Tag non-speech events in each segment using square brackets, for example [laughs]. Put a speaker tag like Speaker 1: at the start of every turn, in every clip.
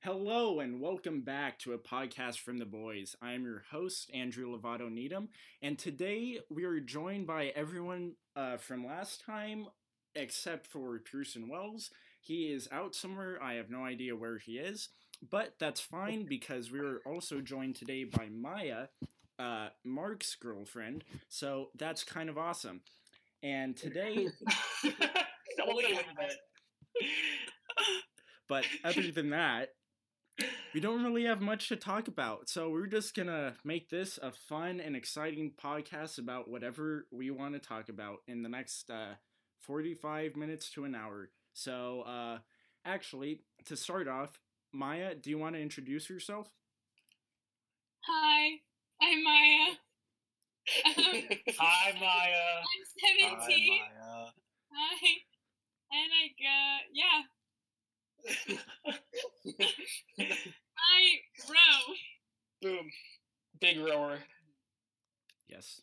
Speaker 1: Hello and welcome back to a podcast from the boys. I am your host, Andrew Lovato Needham, and today we are joined by everyone uh, from last time except for Pearson Wells. He is out somewhere. I have no idea where he is, but that's fine because we are also joined today by Maya, uh, Mark's girlfriend, so that's kind of awesome. And today,
Speaker 2: [laughs] Don't leave [laughs] it.
Speaker 1: but
Speaker 3: [laughs]
Speaker 1: other than that, we don't really have much to talk about. So we're just going to make this a fun and exciting podcast about whatever we want to talk about in the next uh, 45 minutes to an hour. So, uh, actually, to start off, Maya, do you want to introduce yourself?
Speaker 4: Hi, I'm Maya. Um,
Speaker 2: Hi, Maya.
Speaker 4: I'm 17.
Speaker 5: uh,
Speaker 2: Hi,
Speaker 4: Hi, And I go,
Speaker 2: Maya.
Speaker 4: yeah, I row.
Speaker 2: [laughs] Boom. Big rower.
Speaker 1: Yes.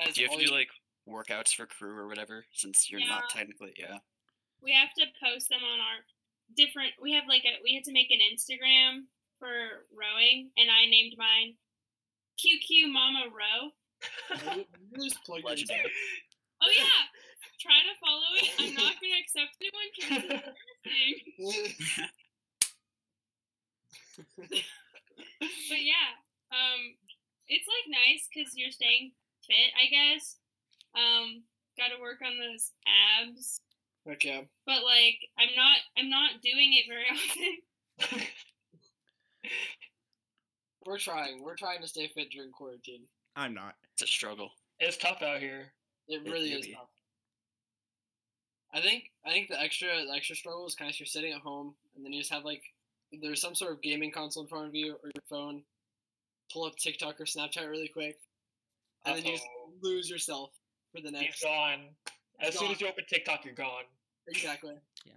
Speaker 2: As
Speaker 5: Do you have to
Speaker 2: always- [laughs]
Speaker 5: do like workouts for crew or whatever? Since you're not technically, yeah.
Speaker 4: We have to post them on our different. We have like a. We had to make an Instagram for rowing, and I named mine QQ Mama Row.
Speaker 2: You just plug your-
Speaker 5: Legendary.
Speaker 2: [laughs]
Speaker 4: Oh yeah, try to follow it. I'm not gonna accept anyone because
Speaker 2: [laughs]
Speaker 4: it's embarrassing. But yeah, um, it's like nice because you're staying fit, I guess. Um, got to work on those abs,
Speaker 2: okay.
Speaker 4: but like I'm not, I'm not doing it very [laughs] often.
Speaker 2: We're trying. We're trying to stay fit during quarantine.
Speaker 1: I'm not.
Speaker 5: It's a struggle.
Speaker 3: It's tough out here.
Speaker 2: It really is
Speaker 5: really-
Speaker 2: tough. I think I think the extra the extra struggle is kind of you're sitting at home and then you just have like there's some sort of gaming console in front of you or your phone. Pull up TikTok or Snapchat really quick, and then you just
Speaker 3: Uh-oh.
Speaker 2: lose yourself for the
Speaker 3: You're
Speaker 2: next.
Speaker 3: gone. As soon
Speaker 2: Gone.
Speaker 3: as you open TikTok, you're gone.
Speaker 2: Exactly.
Speaker 1: Yeah.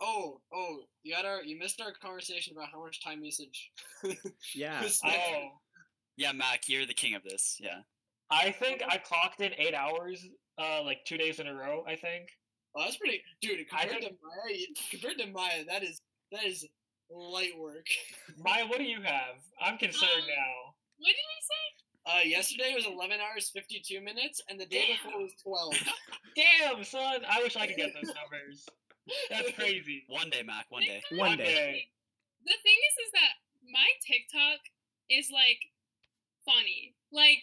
Speaker 2: Oh, oh, you got our you missed our conversation about how much time usage. [laughs]
Speaker 3: [laughs]
Speaker 1: Yeah.
Speaker 2: is spent.
Speaker 3: Oh,
Speaker 5: Yeah, Mac, you're the king of this. Yeah.
Speaker 3: I think I clocked in eight hours, uh, like two days in a row. I think.
Speaker 2: Well, that's pretty, dude.
Speaker 3: I
Speaker 2: Compared to Maya, you- compared to Maya, that is that is light work.
Speaker 3: Maya, what do you have? I'm concerned
Speaker 4: Um,
Speaker 3: now.
Speaker 4: What did I say?
Speaker 2: Uh, yesterday was 11 hours 52 minutes, and the day
Speaker 4: Damn.
Speaker 2: before was 12.
Speaker 3: Damn, son, I wish I could get those numbers.
Speaker 2: [laughs]
Speaker 3: That's crazy.
Speaker 5: One day, Mac. One day. [laughs]
Speaker 4: TikTok-
Speaker 1: One day.
Speaker 4: The thing is, is that my TikTok is like funny. Like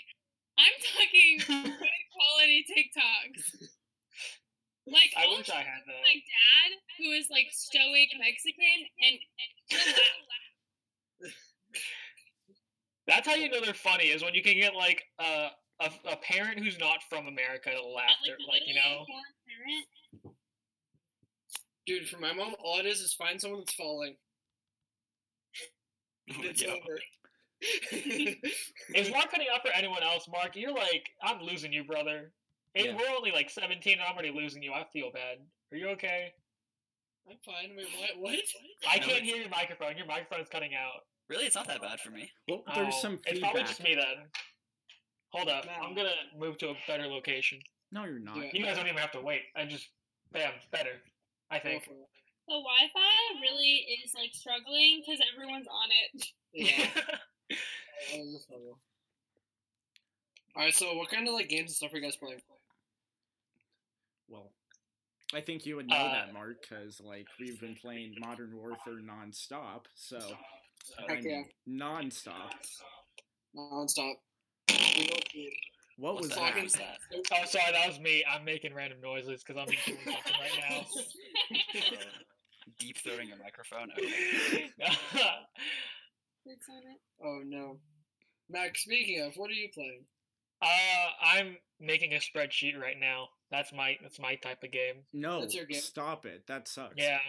Speaker 4: I'm [laughs] talking good quality TikToks. Like
Speaker 3: I
Speaker 4: all
Speaker 3: wish I had
Speaker 4: my
Speaker 3: that.
Speaker 4: dad, who is like stoic Mexican, and,
Speaker 3: [laughs]
Speaker 4: and
Speaker 3: That's how you know they're funny is when you can get like a a, a parent who's not from America to laugh.
Speaker 4: like,
Speaker 3: They're- Like you know,
Speaker 4: parent.
Speaker 2: Dude, for my mom, all it is is find someone that's falling.
Speaker 5: Oh,
Speaker 2: and It's
Speaker 5: Yo.
Speaker 2: over. [laughs]
Speaker 3: is Mark cutting up for anyone else? Mark, you're like I'm losing you, brother. And
Speaker 1: Yeah.
Speaker 3: we're only like 17, and I'm already losing you. I feel bad. Are you okay?
Speaker 2: I'm fine. Wait, what? What?
Speaker 3: I
Speaker 5: No,
Speaker 3: can't
Speaker 5: it's-
Speaker 3: hear your microphone. Your microphone's cutting out.
Speaker 5: Really, it's not that bad for me.
Speaker 1: Well, there's
Speaker 3: Oh,
Speaker 1: some
Speaker 3: It's probably just
Speaker 1: feedback.
Speaker 3: me then. Hold up.
Speaker 2: Man.
Speaker 3: I'm gonna move to a better location.
Speaker 1: No, you're not.
Speaker 2: Yeah.
Speaker 3: You guys don't even have to wait. I just bam, better. I
Speaker 2: Go
Speaker 3: think.
Speaker 2: for it.
Speaker 4: The Wi-Fi really is like struggling because everyone's on it.
Speaker 2: Yeah. that was a struggle. all right. So, what kind of like games and stuff are you guys playing?
Speaker 1: Well, I think you would know
Speaker 3: Uh,
Speaker 1: that, Mark, because like we've been playing Modern Warfare nonstop. So, I
Speaker 2: Heck yeah.
Speaker 1: mean, nonstop.
Speaker 2: Nonstop.
Speaker 1: What
Speaker 5: What's
Speaker 1: was
Speaker 5: the
Speaker 1: that?
Speaker 5: heck was that?
Speaker 3: [laughs] oh, sorry, that was me. I'm making random noises because I'm doing something right now.
Speaker 5: Uh, Deep throating your microphone. Okay.
Speaker 2: [laughs]
Speaker 4: [laughs]
Speaker 3: [laughs]
Speaker 4: It's on it.
Speaker 2: Oh no. Max, speaking of, what are you playing?
Speaker 3: uh, I'm making a spreadsheet right now. That's my that's my type of game.
Speaker 1: No,
Speaker 2: That's your game.
Speaker 1: stop it. That sucks.
Speaker 3: Yeah.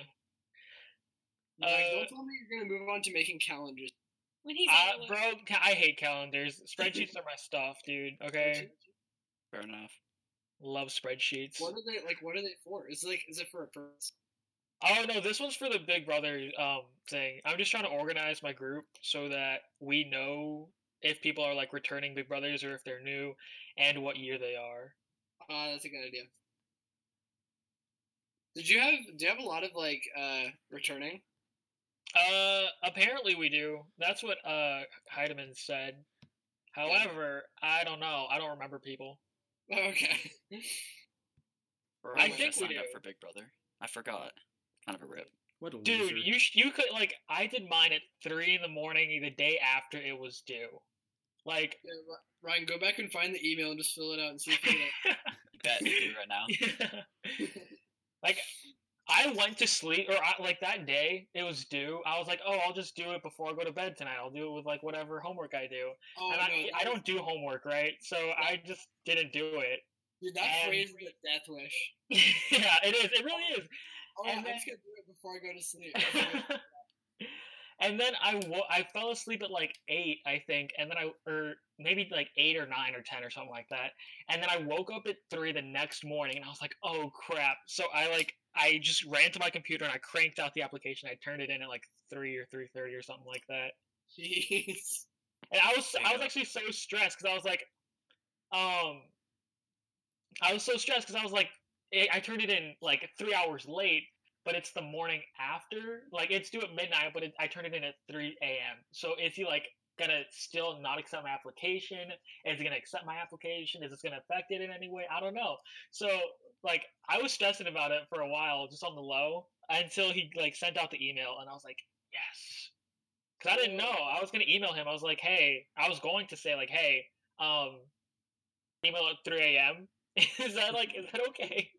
Speaker 2: Like,
Speaker 3: Uh,
Speaker 2: don't tell me you're gonna move on to making calendars.
Speaker 4: When he's
Speaker 3: I,
Speaker 4: on the
Speaker 3: Uh, bro, ca- I hate calendars. Spreadsheets are my stuff, dude. Okay.
Speaker 5: Fair enough.
Speaker 3: Love spreadsheets.
Speaker 2: What are they like? What are they for? Is it, like is it for a purpose?
Speaker 3: Oh no, this one's for the Big Brother um thing. I'm just trying to organize my group so that we know if people are like returning Big Brothers or if they're new and what year they are.
Speaker 2: Ah, that's a good idea. Did you have? Do you have a lot of like uh returning? [laughs]
Speaker 3: Uh, apparently we do. That's what uh Heidemann said. However, I don't know. I don't remember people.
Speaker 2: Okay.
Speaker 5: Or
Speaker 3: I
Speaker 5: wish
Speaker 3: think we
Speaker 5: signed up
Speaker 3: do.
Speaker 5: for Big Brother. I forgot. Kind of a rip.
Speaker 1: What a
Speaker 3: Dude,
Speaker 1: loser.
Speaker 3: you sh- you could like I did mine at three in the morning the day after it was due. Like, [laughs]
Speaker 2: Yeah, Ri- Ryan, go back and find the email and just fill it out and see if you get
Speaker 5: [laughs]
Speaker 3: [laughs]
Speaker 5: Bet you do right now.
Speaker 3: like I went to sleep or I, like that day it was due. I was like, oh, I'll just do it before I go to bed tonight. I'll do it with like whatever homework I do.
Speaker 2: Oh,
Speaker 3: and I,
Speaker 2: no,
Speaker 3: I don't do homework, right? So I just didn't do it. [laughs]
Speaker 2: Dude, that
Speaker 3: and-
Speaker 2: phrase is a death wish.
Speaker 3: yeah, it is. It really is.
Speaker 2: Oh,
Speaker 3: And
Speaker 2: I'm
Speaker 3: then-
Speaker 2: just gonna do it before I go to
Speaker 3: [laughs]
Speaker 2: sleep. That's it.
Speaker 3: and then I wo- I fell asleep at like eight, I think, and then I or maybe like eight or nine or ten or something like that. And then I woke up at three the next morning, and I was like, "Oh crap!" So I like I just ran to my computer and I cranked out the application. I turned it in at like three or three thirty or something like that.
Speaker 2: Jeez.
Speaker 3: And I was I was
Speaker 5: Damn.
Speaker 3: actually so stressed because I was like, um, I was so stressed because I was like, I I turned it in like three hours late, but it's the morning after. Like it's due at midnight, but it, I turned it in at three a.m. So is he like gonna still not accept my application? Is he gonna accept my application? Is this gonna affect it in any way? I don't know. So like I was stressing about it for a while, just on the low, until he like sent out the email, and I was like, yes. Cause I didn't know. I was gonna email him. I was like, "Hey," I was going to say like, "Hey, um, email at three a.m. [laughs] is that like, is that okay?"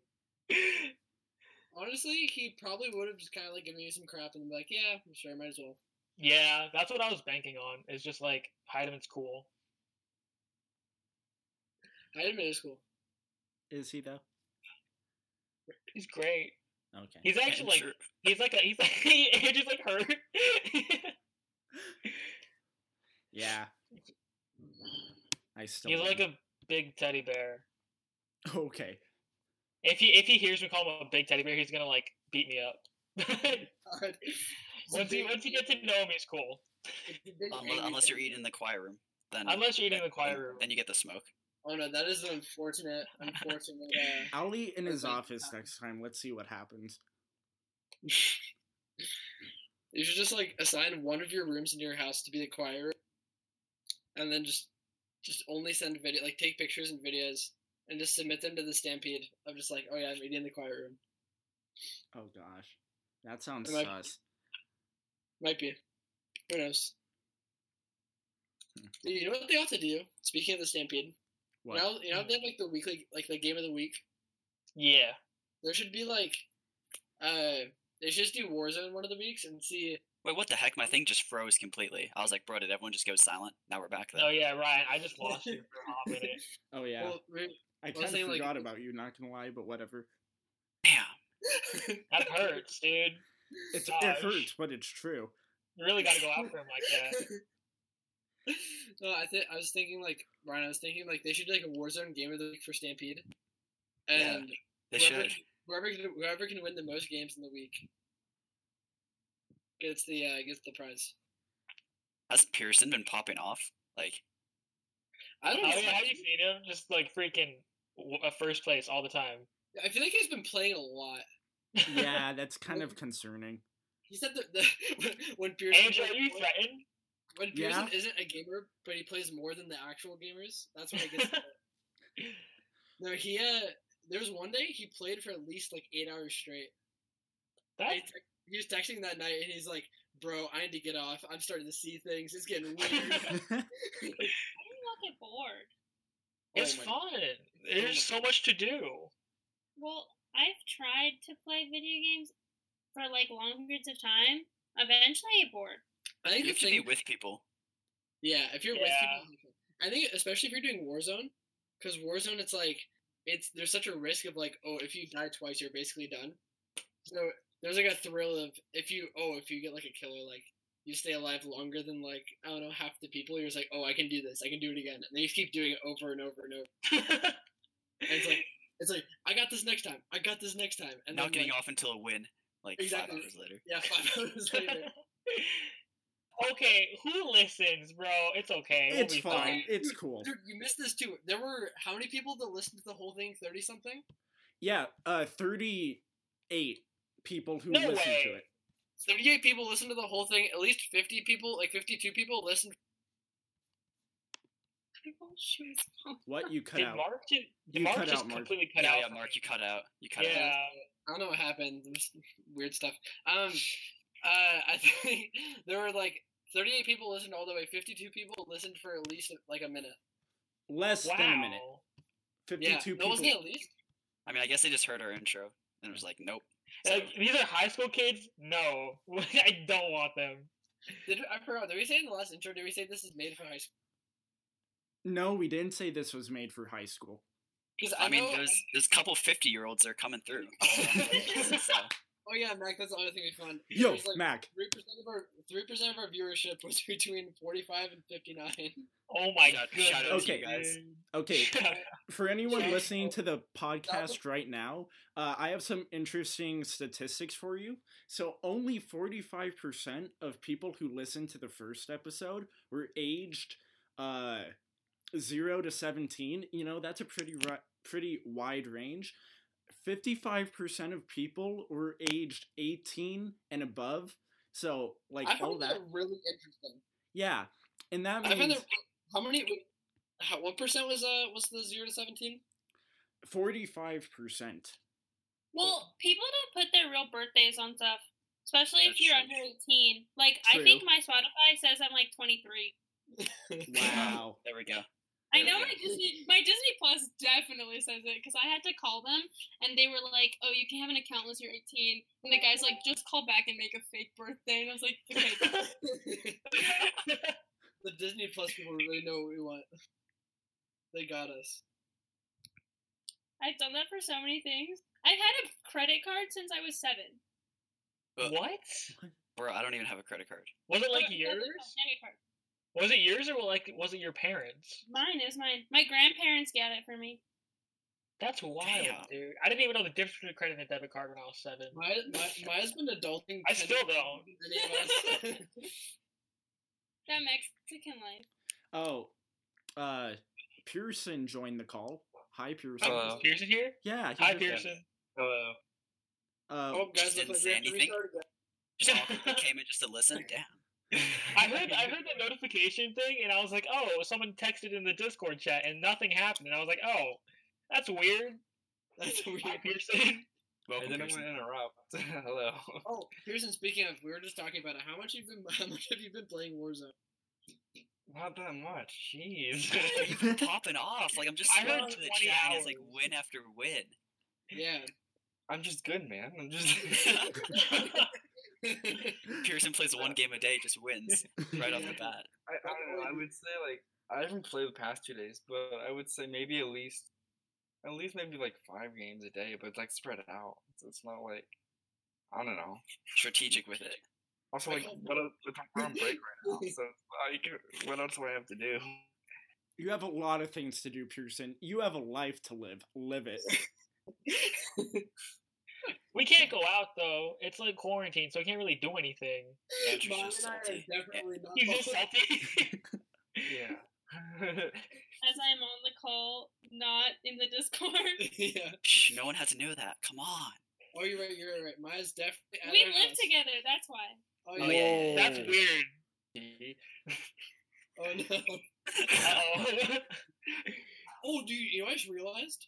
Speaker 2: Honestly, he probably would have just kind of like given you some crap and be like, "Yeah, I'm sure, might as well."
Speaker 3: yeah, that's what I was banking on. Is just like Heideman's cool.
Speaker 2: I did middle school. [laughs]
Speaker 1: Is he though?
Speaker 3: He's great.
Speaker 1: Okay.
Speaker 3: He's actually like
Speaker 5: Sure.
Speaker 3: he's like a, he's [laughs] like he just like her. [laughs]
Speaker 1: yeah. I still.
Speaker 3: he's like
Speaker 1: am.
Speaker 3: a big teddy bear.
Speaker 1: [laughs] Okay.
Speaker 3: If he if he hears me call him a big teddy bear, he's gonna like beat me up. [laughs]
Speaker 2: God. It's a
Speaker 3: once you
Speaker 2: big-
Speaker 3: once you get to know him, he's cool.
Speaker 2: it's a big
Speaker 5: Unless,
Speaker 2: angry
Speaker 5: unless you're
Speaker 2: thing.
Speaker 5: eating in the choir room, then
Speaker 3: Unless you're eating in the
Speaker 5: then-
Speaker 3: choir
Speaker 5: then-
Speaker 3: room.
Speaker 5: then you get the smoke.
Speaker 2: Oh no, that is an
Speaker 3: [laughs]
Speaker 2: unfortunate, unfortunate. Uh,
Speaker 1: I'll eat in his
Speaker 2: Like,
Speaker 1: office next time. Let's see what happens.
Speaker 2: you should just like assign one of your rooms in your house to be the choir, and then just, just only send video, like take pictures and videos, and just submit them to the stampede. I'm just like, oh yeah, I'm eating in the choir room.
Speaker 1: Oh gosh, that sounds
Speaker 2: Am I-
Speaker 1: sus.
Speaker 2: Might be. Who knows?
Speaker 5: Hmm.
Speaker 2: You know what they ought to do? Speaking of the Stampede, you
Speaker 1: What?
Speaker 2: know, you know they have like the weekly, like the game of the week.
Speaker 3: Yeah.
Speaker 2: There should be like, uh, they should just do Warzone one of the weeks and see.
Speaker 5: Wait, what the heck? My thing just froze completely. I was like, bro, did everyone just go silent? Now we're back
Speaker 3: Oh
Speaker 5: though.
Speaker 3: yeah, Ryan. I just lost you for a hot minute.
Speaker 1: Oh yeah,
Speaker 2: Well, re- [laughs]
Speaker 1: I
Speaker 2: well,
Speaker 1: kind of
Speaker 2: say, like-
Speaker 1: forgot about you. Not gonna lie, but whatever.
Speaker 5: Damn.
Speaker 3: That hurts, dude.
Speaker 1: It's
Speaker 3: Gosh.
Speaker 1: it hurts, but it's true.
Speaker 3: You really gotta go after him like that.
Speaker 2: no, I think I was thinking like Ryan. I was thinking like they should do like a Warzone game of the week for Stampede,
Speaker 5: Yeah,
Speaker 2: and
Speaker 5: They
Speaker 2: whoever,
Speaker 5: should.
Speaker 2: whoever can whoever can win the most games in the week gets the uh, gets the prize.
Speaker 5: Has Pearson been popping off? Like,
Speaker 2: [laughs] I don't
Speaker 3: Oh
Speaker 2: know.
Speaker 3: yeah, have you seen him? Just like freaking w- uh, first place all the time.
Speaker 2: I feel like he's been playing a lot.
Speaker 1: Yeah, that's kind of concerning. [laughs]
Speaker 2: He said that [laughs] the, when Pearson
Speaker 3: [laughs] Andrew, are
Speaker 2: plays
Speaker 3: you
Speaker 2: more-
Speaker 3: threatened?
Speaker 2: when Pearson
Speaker 1: Yeah.
Speaker 2: isn't a gamer, but he plays more than the actual gamers. That's when he gets. the- no, he uh, there was one day he played for at least like eight hours straight.
Speaker 3: That
Speaker 2: He, te- he was texting that night, and he's like, "Bro, I need to get off. I'm starting to see things. It's getting weird."
Speaker 1: [laughs]
Speaker 4: I don't know if they're bored.
Speaker 2: Oh
Speaker 3: it's
Speaker 2: my-
Speaker 3: fun. There's so much to do. [laughs]
Speaker 4: Well, I've tried to play video games for like long periods of time. Eventually, I get bored.
Speaker 2: I think
Speaker 5: you
Speaker 2: the
Speaker 5: have to be
Speaker 2: thing,
Speaker 5: with people.
Speaker 2: yeah, if you're
Speaker 3: Yeah.
Speaker 2: with people, I think especially if you're doing Warzone, because Warzone, it's like it's there's such a risk of like, oh, if you die twice, you're basically done. So there's like a thrill of if you oh if you get like a killer like you stay alive longer than like I don't know half the people you're just like oh I can do this I can do it again and they just keep doing it over and over and over. It's
Speaker 5: [laughs]
Speaker 2: like it's like I got this next time I got this next time and
Speaker 5: Not
Speaker 2: then,
Speaker 5: getting
Speaker 2: like,
Speaker 5: off until a win. Like
Speaker 2: Exactly.
Speaker 5: five hours later.
Speaker 2: yeah five [laughs] hours later
Speaker 5: [laughs]
Speaker 3: okay, who listens, bro? It's okay. We'll
Speaker 1: it's
Speaker 3: be
Speaker 1: fine. It's cool.
Speaker 2: Dude, you missed this too there were how many people that listened to the whole thing thirty something
Speaker 1: Yeah, uh, thirty-eight people who
Speaker 3: No
Speaker 1: listened
Speaker 3: way.
Speaker 1: to it.
Speaker 2: 78 people listened to the whole thing. At least 50 people, like 52 people, listened.
Speaker 4: I won't shoot.
Speaker 1: What you cut
Speaker 3: Did
Speaker 1: out?
Speaker 3: Mark, did, did
Speaker 1: You
Speaker 3: Mark
Speaker 1: cut
Speaker 3: just
Speaker 1: out, Mark.
Speaker 3: completely cut
Speaker 5: yeah,
Speaker 3: out?
Speaker 5: yeah, Mark, you cut out. You cut
Speaker 3: Yeah.
Speaker 5: out.
Speaker 2: I don't know what happened. There was weird stuff. Um, uh, I [laughs] think there were like 38 people listened all the way. 52 people listened for at least like a minute.
Speaker 1: Less
Speaker 3: Wow.
Speaker 1: than a minute.
Speaker 2: Yeah,
Speaker 1: Fifty-two
Speaker 2: no,
Speaker 1: people.
Speaker 2: wasn't it at least?
Speaker 5: I mean, I guess they just heard our intro and was like, nope. So,
Speaker 3: Like, these are high school kids? No. [laughs] I don't want them.
Speaker 2: Did I forgot? Did we say in the last intro? Did we say this is made for high school?
Speaker 1: No, we didn't say this was made for high school.
Speaker 2: Because I,
Speaker 5: I mean,
Speaker 2: know-
Speaker 5: there's there's a couple fifty year olds that are coming through. so,
Speaker 2: Oh yeah, Mac. That's the other thing we found.
Speaker 1: Yo,
Speaker 2: There's, like,
Speaker 1: Mac.
Speaker 2: Three percent of our three percent of our viewership was [laughs] between forty five and fifty nine.
Speaker 3: Oh my
Speaker 5: Shout-
Speaker 3: goodness.
Speaker 5: shout
Speaker 1: out to you
Speaker 3: dude.
Speaker 5: guys.
Speaker 1: Okay, for anyone
Speaker 2: [laughs] Yeah.
Speaker 1: listening to the podcast right now, uh, I have some interesting statistics for you. So, only 45% of people who listened to the first episode were aged uh, 0 to 17. You know, that's a pretty, ri- pretty wide range. 55% of people were aged 18 and above. So, like,
Speaker 2: I
Speaker 1: all
Speaker 2: found that,
Speaker 1: that.
Speaker 2: really interesting.
Speaker 1: Yeah. And that
Speaker 2: I found
Speaker 1: means
Speaker 2: that how many? How, what percent was uh was the zero to
Speaker 4: [laughs]
Speaker 2: seventeen?
Speaker 1: 45%.
Speaker 2: [laughs]
Speaker 4: Well, people don't put their real birthdays on stuff, especially if
Speaker 5: That's
Speaker 4: you're under
Speaker 5: true.
Speaker 4: 18. Like, I
Speaker 1: True.
Speaker 4: think my Spotify says I'm like 23.
Speaker 1: Wow.
Speaker 5: [laughs] there we go.
Speaker 4: I
Speaker 5: There
Speaker 4: know
Speaker 5: we
Speaker 4: my Disney, my Disney Plus definitely says it because I had to call them and they were like, "Oh, you can't have an account unless you're 18." And the guy's like, "Just call back and make a fake birthday." And I was like,
Speaker 2: [laughs]
Speaker 4: "Okay."
Speaker 2: the Disney Plus people really know what we want. They got us.
Speaker 4: I've done that for so many things. I've had a credit card since I was seven.
Speaker 3: what?
Speaker 5: Bro, I don't even have a credit card.
Speaker 3: Was it [laughs] like
Speaker 4: Or- no, no, no,
Speaker 3: yours?
Speaker 4: debit card.
Speaker 3: Was it yours or like was it your parents?
Speaker 4: Mine is mine. My grandparents got it for me.
Speaker 3: That's wild,
Speaker 5: Damn.
Speaker 3: dude. I didn't even know the difference between a credit and a debit card when I was seven.
Speaker 2: My my my has been adulting.
Speaker 3: I still
Speaker 2: ten-
Speaker 3: don't.
Speaker 2: many
Speaker 5: [laughs]
Speaker 2: of us.
Speaker 4: That Mexican life.
Speaker 1: Oh, uh, Pearson joined the call. Hi, Pearson.
Speaker 5: Hello.
Speaker 3: Pearson here?
Speaker 1: yeah. he
Speaker 3: Hi,
Speaker 1: just-
Speaker 3: Pearson.
Speaker 5: Hello.
Speaker 1: Uh,
Speaker 2: oh, guys,
Speaker 5: Just didn't
Speaker 2: look like
Speaker 5: say
Speaker 2: we have to
Speaker 5: anything.
Speaker 2: restart again.
Speaker 5: Just awkward. came in just to listen. Damn.
Speaker 3: I
Speaker 5: [laughs]
Speaker 3: heard I heard the notification thing and I was like, oh, someone texted in the Discord chat and nothing happened. And I was like, oh, that's weird.
Speaker 5: [laughs]
Speaker 2: That's weird.
Speaker 3: Hi, Pearson.
Speaker 5: Welcome, Pearson.
Speaker 6: interrupt. [laughs] Hello.
Speaker 2: Oh, Pearson. Speaking of, we were just talking about it. How much you've been? [laughs] How much have you been playing Warzone?
Speaker 6: Not that much. Jeez. [laughs]
Speaker 5: You've been popping off. Like I'm just
Speaker 3: I heard
Speaker 5: scrolling to the
Speaker 3: 20
Speaker 5: chat. And it's like
Speaker 3: hours.
Speaker 5: win after win.
Speaker 2: Yeah.
Speaker 6: I'm just good, man. I'm just. [laughs]
Speaker 5: Pearson plays one game a day, just wins right off the bat.
Speaker 6: I, I don't know. I would say like I haven't played the past two days, but I would say maybe at least, at least maybe like five games a day, but it's like spread out. So it's not like I don't know.
Speaker 5: Strategic with it.
Speaker 6: Also,
Speaker 2: I
Speaker 6: like
Speaker 2: can't
Speaker 6: what else, it's- we're on break [laughs] right now, so like what else do I have to do?
Speaker 1: you have a lot of things to do, Pearson. You have a life to live. Live it.
Speaker 3: [laughs] We can't go out though. It's like quarantine, so we can't really do anything.
Speaker 5: Andrew's
Speaker 2: Mom
Speaker 5: just
Speaker 2: and I are
Speaker 5: salty. [laughs]
Speaker 2: definitely not.
Speaker 3: He's just salty.
Speaker 6: Yeah.
Speaker 4: As I'm on the call, not in the [laughs] Discord.
Speaker 2: [laughs] yeah.
Speaker 5: Shh, no one had to know that. Come on. [laughs]
Speaker 2: Oh, you're right. You're right. Mine's definitely. at
Speaker 4: we
Speaker 2: our
Speaker 4: live
Speaker 2: house.
Speaker 4: together. That's why.
Speaker 3: [laughs]
Speaker 2: Oh,
Speaker 5: Oh,
Speaker 2: yeah.
Speaker 5: yeah.
Speaker 3: That's
Speaker 1: Whoa.
Speaker 2: Oh no.
Speaker 3: weird.
Speaker 2: [laughs]
Speaker 3: Uh-oh. [laughs]
Speaker 2: Oh, dude, you know what I just realized?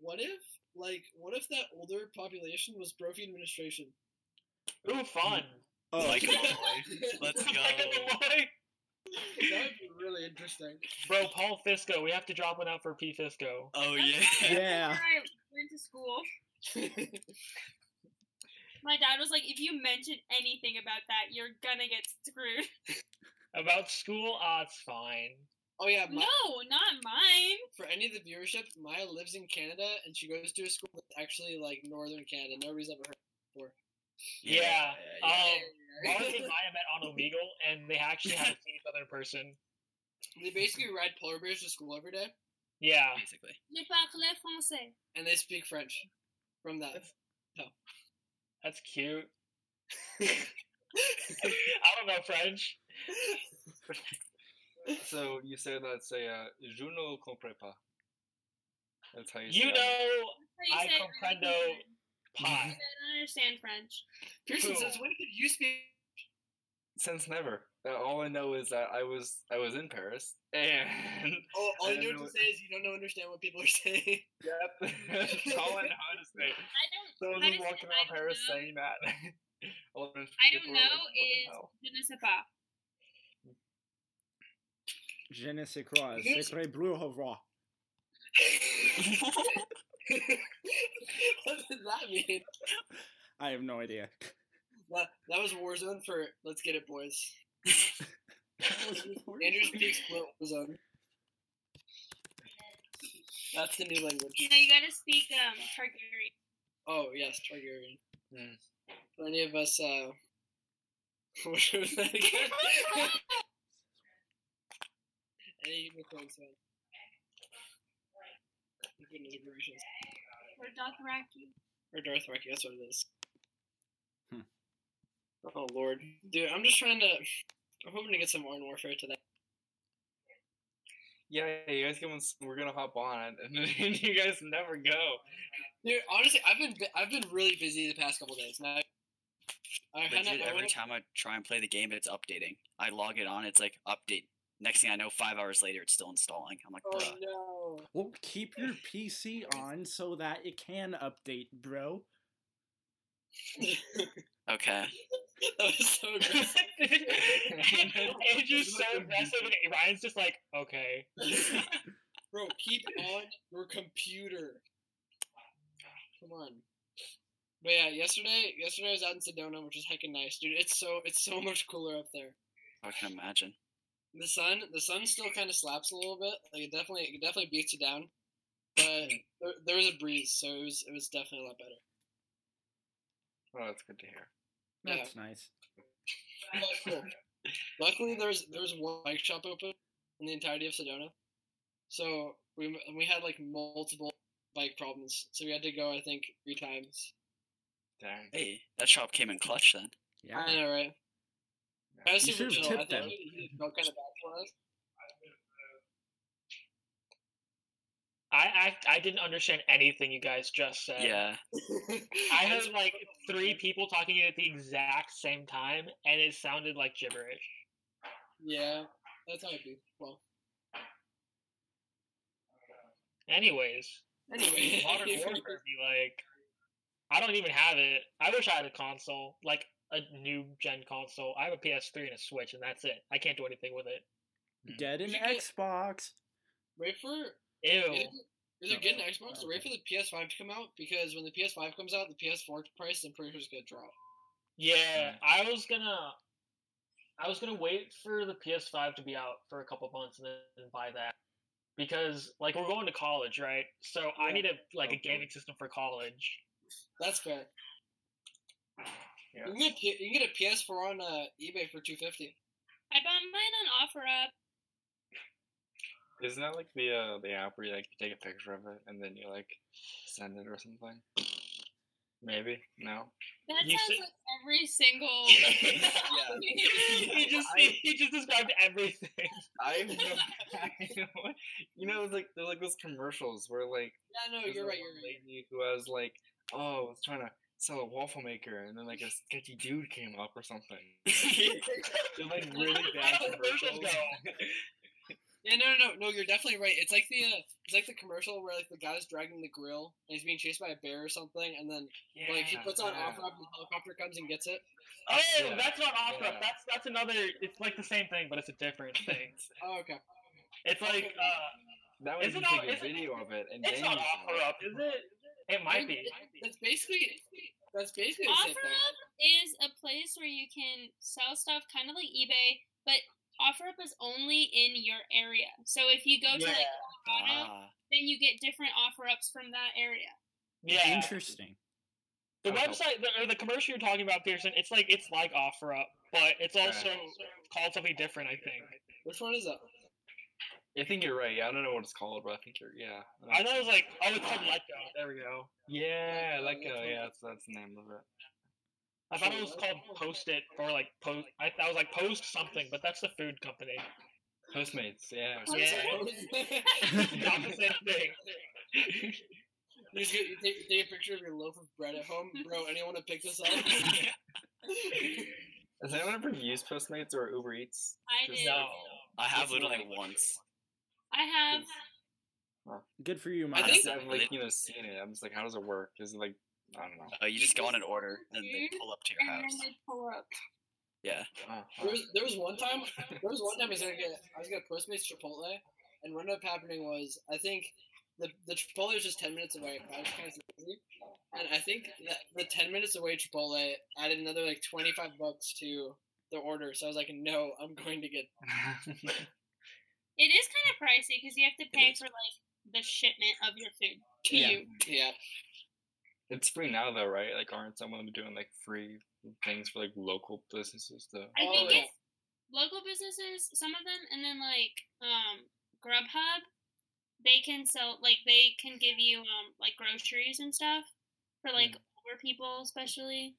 Speaker 2: What if, like, what if that older population was Brophy administration? [laughs]
Speaker 3: Ooh, fun.
Speaker 1: Oh,
Speaker 5: Like,
Speaker 2: that
Speaker 5: [laughs] let's
Speaker 3: Back [laughs]
Speaker 5: go.
Speaker 3: in the line.
Speaker 2: would be really interesting. [laughs]
Speaker 3: Bro, Paul Fisco, we have to drop one out for P Fisco.
Speaker 5: Oh
Speaker 4: That's
Speaker 5: [laughs] yeah.
Speaker 4: why
Speaker 1: Yeah.
Speaker 4: whenever I went to school. My dad was like, "If you mention anything about that, you're gonna get screwed."
Speaker 3: About school, ah, it's fine.
Speaker 2: Oh yeah, my,
Speaker 4: No, not mine.
Speaker 2: for any of the viewership, Maya lives in Canada and she goes to a school that's actually like northern Canada. Nobody's ever heard.
Speaker 3: Yeah.
Speaker 5: yeah, yeah.
Speaker 3: Um, Mars
Speaker 2: [laughs]
Speaker 3: and [laughs] Maya met on Omegle, and they actually haven't seen each other in person.
Speaker 2: They basically ride polar bears to school every day
Speaker 3: Yeah.
Speaker 5: Basically.
Speaker 4: Je parle français.
Speaker 2: and they speak French. From that,
Speaker 3: That's cute. I don't know French.
Speaker 6: [laughs] so you say that's a uh, je ne comprends pas. That's how you say
Speaker 3: You
Speaker 6: that.
Speaker 3: know
Speaker 4: That's how you
Speaker 3: I
Speaker 4: say it.
Speaker 3: [laughs] comprendo. pie.
Speaker 4: I don't understand French.
Speaker 2: Pearson
Speaker 3: Cool.
Speaker 2: says, "When did you speak?"
Speaker 6: Since never. Uh, all I know is that I was I was in Paris [laughs] and
Speaker 2: Oh, all
Speaker 6: I
Speaker 2: you
Speaker 6: don't
Speaker 2: know
Speaker 6: know
Speaker 2: to
Speaker 6: what-
Speaker 2: say is you don't know- understand what people are [laughs] saying.
Speaker 6: Yep. That's all I know how to say.
Speaker 4: I don't.
Speaker 6: So I was
Speaker 4: I
Speaker 6: just
Speaker 4: just-
Speaker 6: walking
Speaker 4: I
Speaker 6: around
Speaker 4: don't
Speaker 6: Paris
Speaker 4: know.
Speaker 6: saying that. [laughs] All the
Speaker 4: I
Speaker 6: people
Speaker 4: don't
Speaker 6: were
Speaker 4: know
Speaker 6: like, "What the
Speaker 4: is
Speaker 6: hell?"
Speaker 4: je ne sais
Speaker 1: Je ne sais quoi.
Speaker 4: pas.
Speaker 2: Yes.
Speaker 1: Secret bleu au revoir.
Speaker 5: [laughs]
Speaker 2: what does that mean?
Speaker 1: I have no idea.
Speaker 2: That, that was Warzone for let's get it, boys. Andrew speaks fluent Warzone. That's the new language.
Speaker 4: No, you gotta speak um Targaryen.
Speaker 2: Oh yes, Targaryen.
Speaker 6: Hmm.
Speaker 2: For any of us, uh, [laughs] what was that again? any Mythos fan? Goodness gracious.
Speaker 4: or Dothraki.
Speaker 2: Or Darth Rocky, that's what it is.
Speaker 1: Hmm.
Speaker 2: Oh lord. Dude, I'm just trying to I'm hoping to get some Iron Warfare today.
Speaker 6: Yeah, yeah, you guys come and s- we're gonna hop on and then you guys never go.
Speaker 2: Dude, honestly, I've been bu- I've been really busy the past couple days. And I, I
Speaker 5: But
Speaker 2: kinda-
Speaker 5: dude,
Speaker 2: I
Speaker 5: every [laughs]
Speaker 2: wanna-
Speaker 5: time I try and play the game, it's updating. I log it on, it's like update. Next thing I know, five hours later, it's still installing. I'm like,
Speaker 2: Oh
Speaker 5: bruh.
Speaker 2: no. [laughs]
Speaker 1: Well, keep your PC on so that it can update, bro.
Speaker 5: Okay.
Speaker 2: that was
Speaker 5: [laughs]
Speaker 2: so aggressive.
Speaker 3: Andrew's so aggressive, and Ryan's just like, okay.
Speaker 2: Bro, keep on your computer. Come on. But yeah, yesterday yesterday I was out in Sedona, which is heckin' nice. Dude, it's so it's so [laughs] much cooler up there.
Speaker 5: I can imagine.
Speaker 2: The sun, the sun still kind of slaps a little bit. Like it definitely, it definitely beats you down. But there, there was a breeze, so it was, it was definitely a lot better.
Speaker 6: Oh, that's good to hear.
Speaker 2: Yeah.
Speaker 1: That's nice.
Speaker 2: But it was
Speaker 1: [laughs]
Speaker 2: cool. Luckily, there's there's one bike shop open in the entirety of Sedona, so we m- we had like multiple bike problems. So we had to go, I think, three times.
Speaker 6: Dang.
Speaker 5: Hey, that shop came in clutch then.
Speaker 2: I
Speaker 1: Yeah.
Speaker 2: know, right? I was
Speaker 1: You
Speaker 2: super
Speaker 1: should've
Speaker 2: chill. I
Speaker 1: tipped
Speaker 2: think
Speaker 1: them.
Speaker 2: he, he felt kind of bad for us.
Speaker 3: I, I I didn't understand anything you guys just said.
Speaker 5: Yeah.
Speaker 1: [laughs]
Speaker 3: I
Speaker 2: And
Speaker 3: heard
Speaker 2: so-
Speaker 3: like three people talking at the exact same time, and it sounded like gibberish.
Speaker 2: Yeah, that's how it be. Well,
Speaker 3: Anyways,
Speaker 2: [laughs] anyway,
Speaker 3: Modern Warfare would be like, I don't even have it. I wish I had a console, like a new gen console. I have a PS3 and a Switch, and that's it. I can't do anything with it.
Speaker 1: Get an
Speaker 2: You get-
Speaker 1: Xbox.
Speaker 2: wait for
Speaker 3: Ew.
Speaker 2: Is it- Is it good in Xbox? Wait for the PS5 to come out because when the PS5 comes out, the PS4 price, I'm pretty sure it's gonna drop.
Speaker 3: Yeah, I was gonna, I was gonna wait for the PS5 to be out for a couple months and then buy that because like we're going to college, right? So I
Speaker 2: Yeah.
Speaker 3: need a like a
Speaker 6: Okay.
Speaker 3: gaming system for college.
Speaker 2: That's fair.
Speaker 6: Yeah.
Speaker 2: You, can get, P- you can get a PS4 on uh, eBay for 250.
Speaker 4: I bought mine on OfferUp.
Speaker 6: Isn't that like the uh, the app where you like take a picture of it and then you like send it or something? Maybe? No.
Speaker 4: That
Speaker 3: You
Speaker 4: sounds
Speaker 3: should-
Speaker 4: like every single. [laughs]
Speaker 3: you [laughs] just you just described everything.
Speaker 4: [laughs]
Speaker 6: I've never- [laughs] you know, it's like they're like those commercials where like
Speaker 2: Yeah, no,
Speaker 6: there's
Speaker 2: Oh, you're
Speaker 6: that
Speaker 2: right. You're
Speaker 6: one
Speaker 2: right.
Speaker 6: lady who has like oh I was trying to sell a waffle maker and then like a sketchy dude came up or something.
Speaker 5: [laughs]
Speaker 6: [laughs]
Speaker 3: [laughs]
Speaker 6: they're like
Speaker 2: [laughs]
Speaker 6: really bad
Speaker 3: How do commercials
Speaker 6: commercials.
Speaker 3: go?
Speaker 2: Yeah, no, no, no, no. You're definitely right. It's like the uh, it's like the commercial where like the guy's dragging the grill and he's being chased by a bear or something, and then like he
Speaker 6: Yeah,
Speaker 2: puts on
Speaker 6: yeah.
Speaker 2: off and the helicopter comes and gets it.
Speaker 3: Oh,
Speaker 6: Yeah.
Speaker 3: that's not off
Speaker 6: Yeah.
Speaker 3: That's that's another. It's like the same thing, but it's a different
Speaker 6: [laughs]
Speaker 3: thing.
Speaker 2: Oh, okay.
Speaker 3: It's like uh,
Speaker 6: That way you
Speaker 3: Isn't all-
Speaker 6: take a
Speaker 3: isn't-
Speaker 6: video of it and
Speaker 3: it's
Speaker 6: then
Speaker 3: not
Speaker 6: you
Speaker 3: off
Speaker 6: sell it.
Speaker 3: up, is it? It might be.
Speaker 2: That's basically that's basically the same thing.
Speaker 4: OfferUp is a place where you can sell stuff kind of like eBay, but OfferUp is only in your area. So if you go to like Colorado,
Speaker 5: Ah, [laughs]
Speaker 4: then you get different OfferUps from that area.
Speaker 3: Yeah,
Speaker 1: Interesting.
Speaker 3: the
Speaker 6: Okay.
Speaker 3: website the, or the commercial you're talking about, Pearson. It's like it's like offer up, but it's also called something different. I think.
Speaker 2: Which one is that?
Speaker 6: I think you're right. Yeah, I don't know what it's called, but I think you're yeah.
Speaker 3: I thought it was like oh, it's called Let Go. There we go.
Speaker 6: yeah,
Speaker 2: Letgo,
Speaker 6: like
Speaker 2: that's
Speaker 6: uh,
Speaker 2: what-
Speaker 6: yeah, that's that's the name of it.
Speaker 3: I thought it was called Post It or like Post. I, I was like Post something, but that's the food company. [laughs]
Speaker 6: Postmates, yeah. or
Speaker 2: [laughs]
Speaker 3: Yeah.
Speaker 6: something.
Speaker 3: Not the same thing.
Speaker 2: You, get, you take, take a picture of your loaf of bread at home, bro. Anyone to pick
Speaker 5: [laughs]
Speaker 2: this up?
Speaker 6: Has anyone ever used Postmates or Uber Eats?
Speaker 4: I
Speaker 6: Just
Speaker 4: did.
Speaker 3: No.
Speaker 5: I have
Speaker 6: It's not
Speaker 5: literally
Speaker 6: like-
Speaker 5: once.
Speaker 4: I have.
Speaker 1: Good for you,
Speaker 2: I
Speaker 1: Mike.
Speaker 2: think-
Speaker 6: I've like you know seen it. I'm just like, how does it work? Is it like I don't know.
Speaker 5: Uh, you just go on an order and they pull up to your
Speaker 4: And
Speaker 5: house. [laughs]
Speaker 4: then they pull up.
Speaker 5: Yeah.
Speaker 6: Uh,
Speaker 2: [laughs] There was, there was one time, there was one time I was gonna get, I was gonna Postmates Chipotle, and what ended up happening was I think the the Chipotle was just ten minutes away. I was kind of busy, and I think that the ten minutes away Chipotle added another like twenty five bucks to the order. So I was like, no, I'm going to get.
Speaker 6: [laughs]
Speaker 4: It is kind of pricey because you have to pay
Speaker 5: is.
Speaker 4: for like the shipment of your food to
Speaker 6: Yeah.
Speaker 4: you.
Speaker 2: Yeah,
Speaker 6: it's free now though, right? Like, aren't some of them doing like free things for like local businesses though?
Speaker 4: I
Speaker 2: Oh,
Speaker 4: think
Speaker 2: yeah.
Speaker 4: it's local businesses, some of them, and then like um, Grubhub, they can sell like they can give you um, like groceries and stuff for like older people, especially.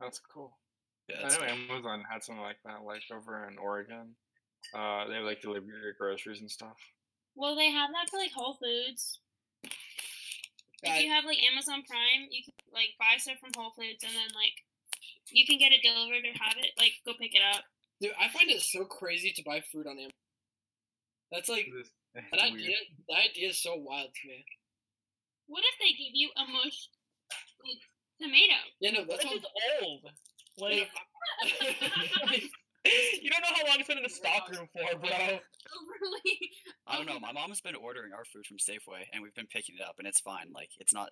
Speaker 6: That's cool.
Speaker 5: Yeah,
Speaker 6: I
Speaker 5: that's
Speaker 6: know
Speaker 5: cool.
Speaker 6: Amazon had something like that, like over in Oregon. Uh, they would like deliver your groceries and stuff.
Speaker 4: Well, they have that for like Whole Foods. If you
Speaker 2: I,
Speaker 4: have like Amazon Prime, you can like buy stuff from Whole Foods and then like you can get it delivered or have it like go pick it up.
Speaker 2: dude, I find it so crazy to buy food on Amazon. That's like
Speaker 6: It's- it's
Speaker 2: that
Speaker 6: weird.
Speaker 2: idea. That idea is so wild to me.
Speaker 4: What if they give you a mush like tomato? [laughs]
Speaker 2: Yeah, no, that's
Speaker 3: That's
Speaker 2: how.
Speaker 3: just old.
Speaker 2: Yeah,
Speaker 3: Like, [laughs] you don't know how long it's been in the stockroom for, bro. [laughs]
Speaker 4: Overly
Speaker 5: I don't know. My mom's been ordering our food from Safeway and we've been picking it up and it's fine. Like it's not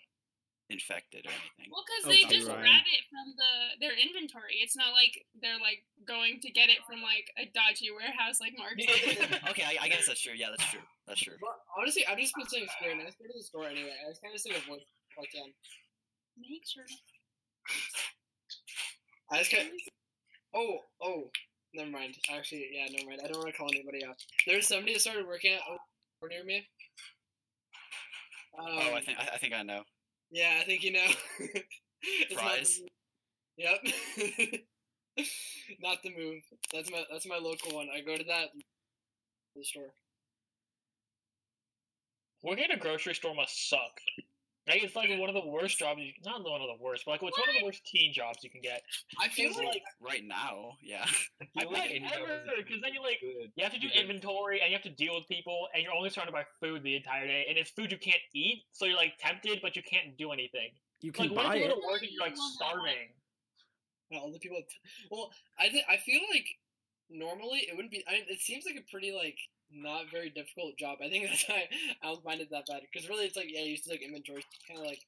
Speaker 5: infected or anything.
Speaker 4: Well, because
Speaker 1: Oh,
Speaker 4: they
Speaker 1: that's
Speaker 4: just
Speaker 1: right.
Speaker 4: grab it from the their inventory. It's not like they're like going to get it from like a dodgy warehouse like Mark. said.
Speaker 5: Okay, I, I guess that's true. Yeah, that's true. That's true.
Speaker 2: But honestly, I've just been saying Square Enix. Go to the store anyway. I was kind of sick of what what them.
Speaker 4: Make sure.
Speaker 2: I just kind [laughs] Oh, oh. Never mind. Actually, yeah, never mind. I don't want to call anybody out. There's somebody that started working at over near me. Um,
Speaker 5: Oh, I think I, I think I know.
Speaker 2: Yeah, I think you know. [laughs] It's not the
Speaker 5: Fries?
Speaker 2: move. Yep. [laughs] not the move. That's my that's my local one. I go to that the store.
Speaker 3: Working at a grocery store must suck. Like, it's like one of the worst jobs. You, not one of the worst, but like it's one of the worst teen jobs you can get.
Speaker 2: I feel
Speaker 3: Well,
Speaker 2: like
Speaker 5: Right now, yeah. [laughs]
Speaker 6: I
Speaker 3: I
Speaker 6: feel
Speaker 3: like
Speaker 6: like any job
Speaker 3: ever,
Speaker 6: is good.
Speaker 3: 'cause then you, like,
Speaker 6: Good.
Speaker 3: You have to do
Speaker 6: Because-
Speaker 3: inventory and you have to deal with people, and you're only surrounded by food the entire day, and it's food you can't eat, so you're like tempted, but you can't do anything.
Speaker 1: You can
Speaker 3: Like, what
Speaker 1: buy
Speaker 3: if you
Speaker 1: it.
Speaker 3: go to work and you're like starving?
Speaker 2: Well, all the people. well, I th- I feel like normally it wouldn't be. I mean, it seems like a pretty like not very difficult job. I think [laughs] that's why I don't mind it that bad. Because really, it's like yeah, you just like inventory, kind of like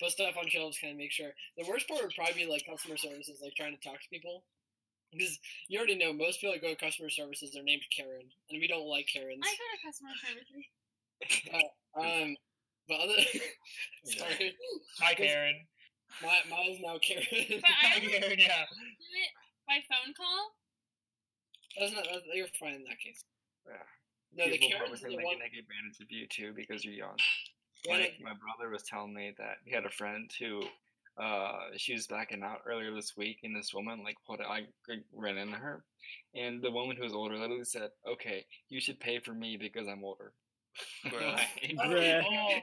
Speaker 2: put stuff on shelves, kind of make sure. The worst part would probably be like customer services, like trying to talk to people. Because you already know most people that go to customer services are named Karen, and we don't like Karens.
Speaker 4: I go to customer
Speaker 3: [laughs]
Speaker 4: service.
Speaker 2: Um, but other [laughs]
Speaker 6: Yeah.
Speaker 2: sorry,
Speaker 3: Hi,
Speaker 2: Because-
Speaker 3: Karen.
Speaker 2: my mine's now Karen.
Speaker 4: But I
Speaker 3: Hi,
Speaker 4: only
Speaker 3: Karen. Yeah.
Speaker 4: do it by phone call.
Speaker 2: [laughs] that's not that's, you're fine in that case.
Speaker 6: Yeah.
Speaker 2: No, the
Speaker 6: People probably
Speaker 2: Karens are the
Speaker 6: think they
Speaker 2: one.
Speaker 6: can take advantage of you too because you're young.
Speaker 2: one
Speaker 6: My,
Speaker 2: of-
Speaker 6: my brother was telling me that he had a friend who uh she was backing out earlier this week and this woman like pulled out, I like, ran into her and the woman who was older literally said, Okay, you should pay for me because I'm older. [laughs]
Speaker 2: [laughs]
Speaker 5: Bruh.
Speaker 6: Like, [laughs]
Speaker 1: Bruh.
Speaker 3: Oh,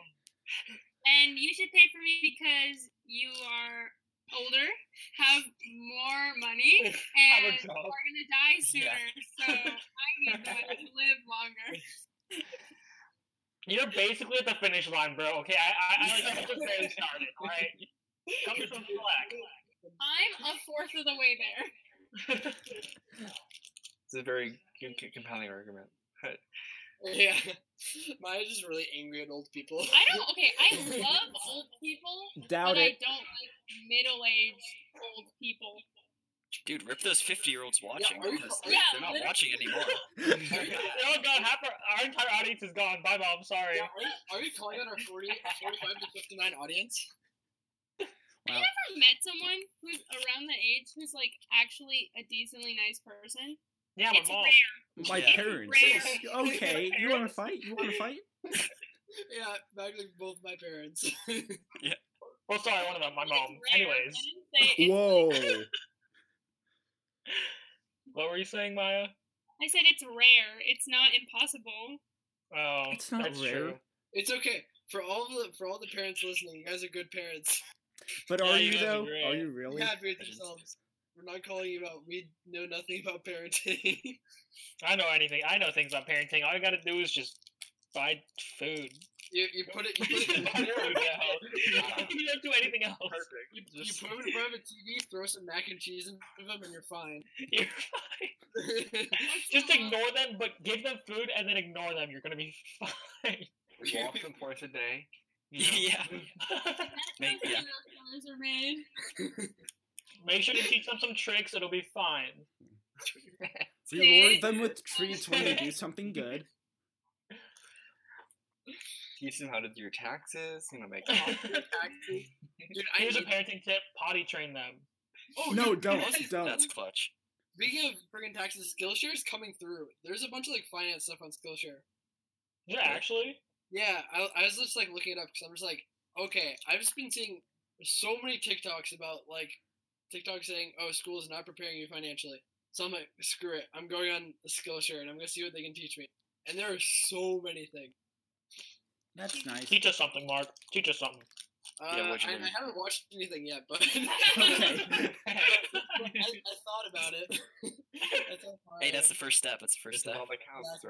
Speaker 4: And you should pay for me because you are older, have more money,
Speaker 3: [laughs] Have a
Speaker 4: and
Speaker 3: job.
Speaker 4: are gonna die sooner.
Speaker 5: Yeah.
Speaker 4: So I need the
Speaker 3: [laughs]
Speaker 4: money to live longer.
Speaker 3: You're basically at the finish line, bro. Okay, I, I, I like, I
Speaker 4: [laughs]
Speaker 3: just barely started. All right, come to some slack.
Speaker 4: I'm a fourth of the way there.
Speaker 6: it's a very c- c- compelling argument.
Speaker 2: [laughs] Yeah. Mine's just really angry at old people. [laughs]
Speaker 4: I don't. Okay, I love old people,
Speaker 1: Doubt
Speaker 4: but I
Speaker 1: it.
Speaker 4: don't like middle-aged old people.
Speaker 5: Dude, rip those fifty-year-olds watching.
Speaker 2: are you-
Speaker 5: honestly.
Speaker 4: yeah,
Speaker 5: they're not
Speaker 4: literally.
Speaker 5: watching anymore.
Speaker 1: [laughs]
Speaker 3: oh god, half our, our entire audience is gone. Bye, mom. Sorry.
Speaker 2: Yeah, are, you, are you calling out our 40, 45 to 59 audience?
Speaker 4: [laughs] Have you ever met someone who's around that age who's like actually a decently nice person?
Speaker 3: Yeah, my
Speaker 4: it's
Speaker 3: mom.
Speaker 4: rare.
Speaker 1: My
Speaker 5: Yeah.
Speaker 1: parents.
Speaker 4: Rare.
Speaker 1: Okay, you want to fight? You want to fight?
Speaker 2: Yeah, back like both my parents. [laughs]
Speaker 3: Well, sorry, one of them. My
Speaker 4: It's
Speaker 3: mom.
Speaker 4: rare.
Speaker 3: Anyways,
Speaker 4: I didn't say it's-
Speaker 1: Whoa.
Speaker 3: what were you saying, Maya?
Speaker 4: I said it's rare. It's not impossible.
Speaker 3: Oh,
Speaker 1: It's not
Speaker 3: that's
Speaker 1: rare.
Speaker 3: true.
Speaker 2: it's okay. for all the for all the parents listening, you guys are good parents.
Speaker 1: But
Speaker 3: Yeah,
Speaker 1: are
Speaker 3: you
Speaker 1: you
Speaker 3: guys are
Speaker 1: though?
Speaker 3: great.
Speaker 1: Are you really?
Speaker 2: Be happy with
Speaker 5: Legends.
Speaker 2: yourselves. We're not calling you out. We know nothing about parenting. [laughs]
Speaker 3: I know anything. I know things about parenting. All I gotta do is just buy food. [laughs]
Speaker 2: you, you put it you put it in
Speaker 3: Buy
Speaker 2: [laughs] there.
Speaker 3: food
Speaker 4: [laughs]
Speaker 3: now. you don't do anything else.
Speaker 2: You, you put it in front of a TV, throw some mac and cheese in front of them, and you're fine. [laughs]
Speaker 3: You're fine. Just ignore them, but give them food and then ignore them. You're gonna be fine.
Speaker 2: [laughs]
Speaker 6: Walk and forth a day. You know?
Speaker 5: yeah.
Speaker 4: [laughs]
Speaker 3: [laughs]
Speaker 5: Make-
Speaker 4: how
Speaker 5: yeah.
Speaker 4: marshmallows are made.
Speaker 3: Make sure to teach them some tricks. It'll be fine.
Speaker 4: See?
Speaker 1: Reward them with treats when they do something good.
Speaker 6: Teach them how to do your taxes. You know,
Speaker 2: [laughs]
Speaker 6: make.
Speaker 2: Taxes. Dude, I
Speaker 3: Um, Here's a
Speaker 2: need,
Speaker 3: parenting tip: potty train them.
Speaker 2: [laughs] oh,
Speaker 1: No,
Speaker 2: dude,
Speaker 1: don't,
Speaker 2: Skillshare-
Speaker 1: don't.
Speaker 5: That's clutch.
Speaker 2: Speaking of friggin' taxes, Skillshare's coming through. There's a bunch of like finance stuff on Skillshare.
Speaker 3: Yeah, actually.
Speaker 2: Yeah, I, I was just like looking it up because I'm just like, okay, I've just been seeing so many TikToks about like TikTok saying, oh, school is not preparing you financially. So I'm like, screw it, I'm going on Skillshare and I'm gonna see what they can teach me. And there are so many things.
Speaker 1: That's nice.
Speaker 3: Teach us something, Mark. Teach us something. [laughs]
Speaker 2: Uh,
Speaker 5: Yeah, what'd you
Speaker 2: I,
Speaker 5: learn?
Speaker 2: I haven't watched anything yet, but [laughs]
Speaker 1: Okay.
Speaker 2: I, I thought about it. [laughs] I thought about
Speaker 5: Hey,
Speaker 2: it.
Speaker 5: that's the first step. That's the first
Speaker 6: It's
Speaker 5: step.
Speaker 6: all the cows,
Speaker 2: Exactly.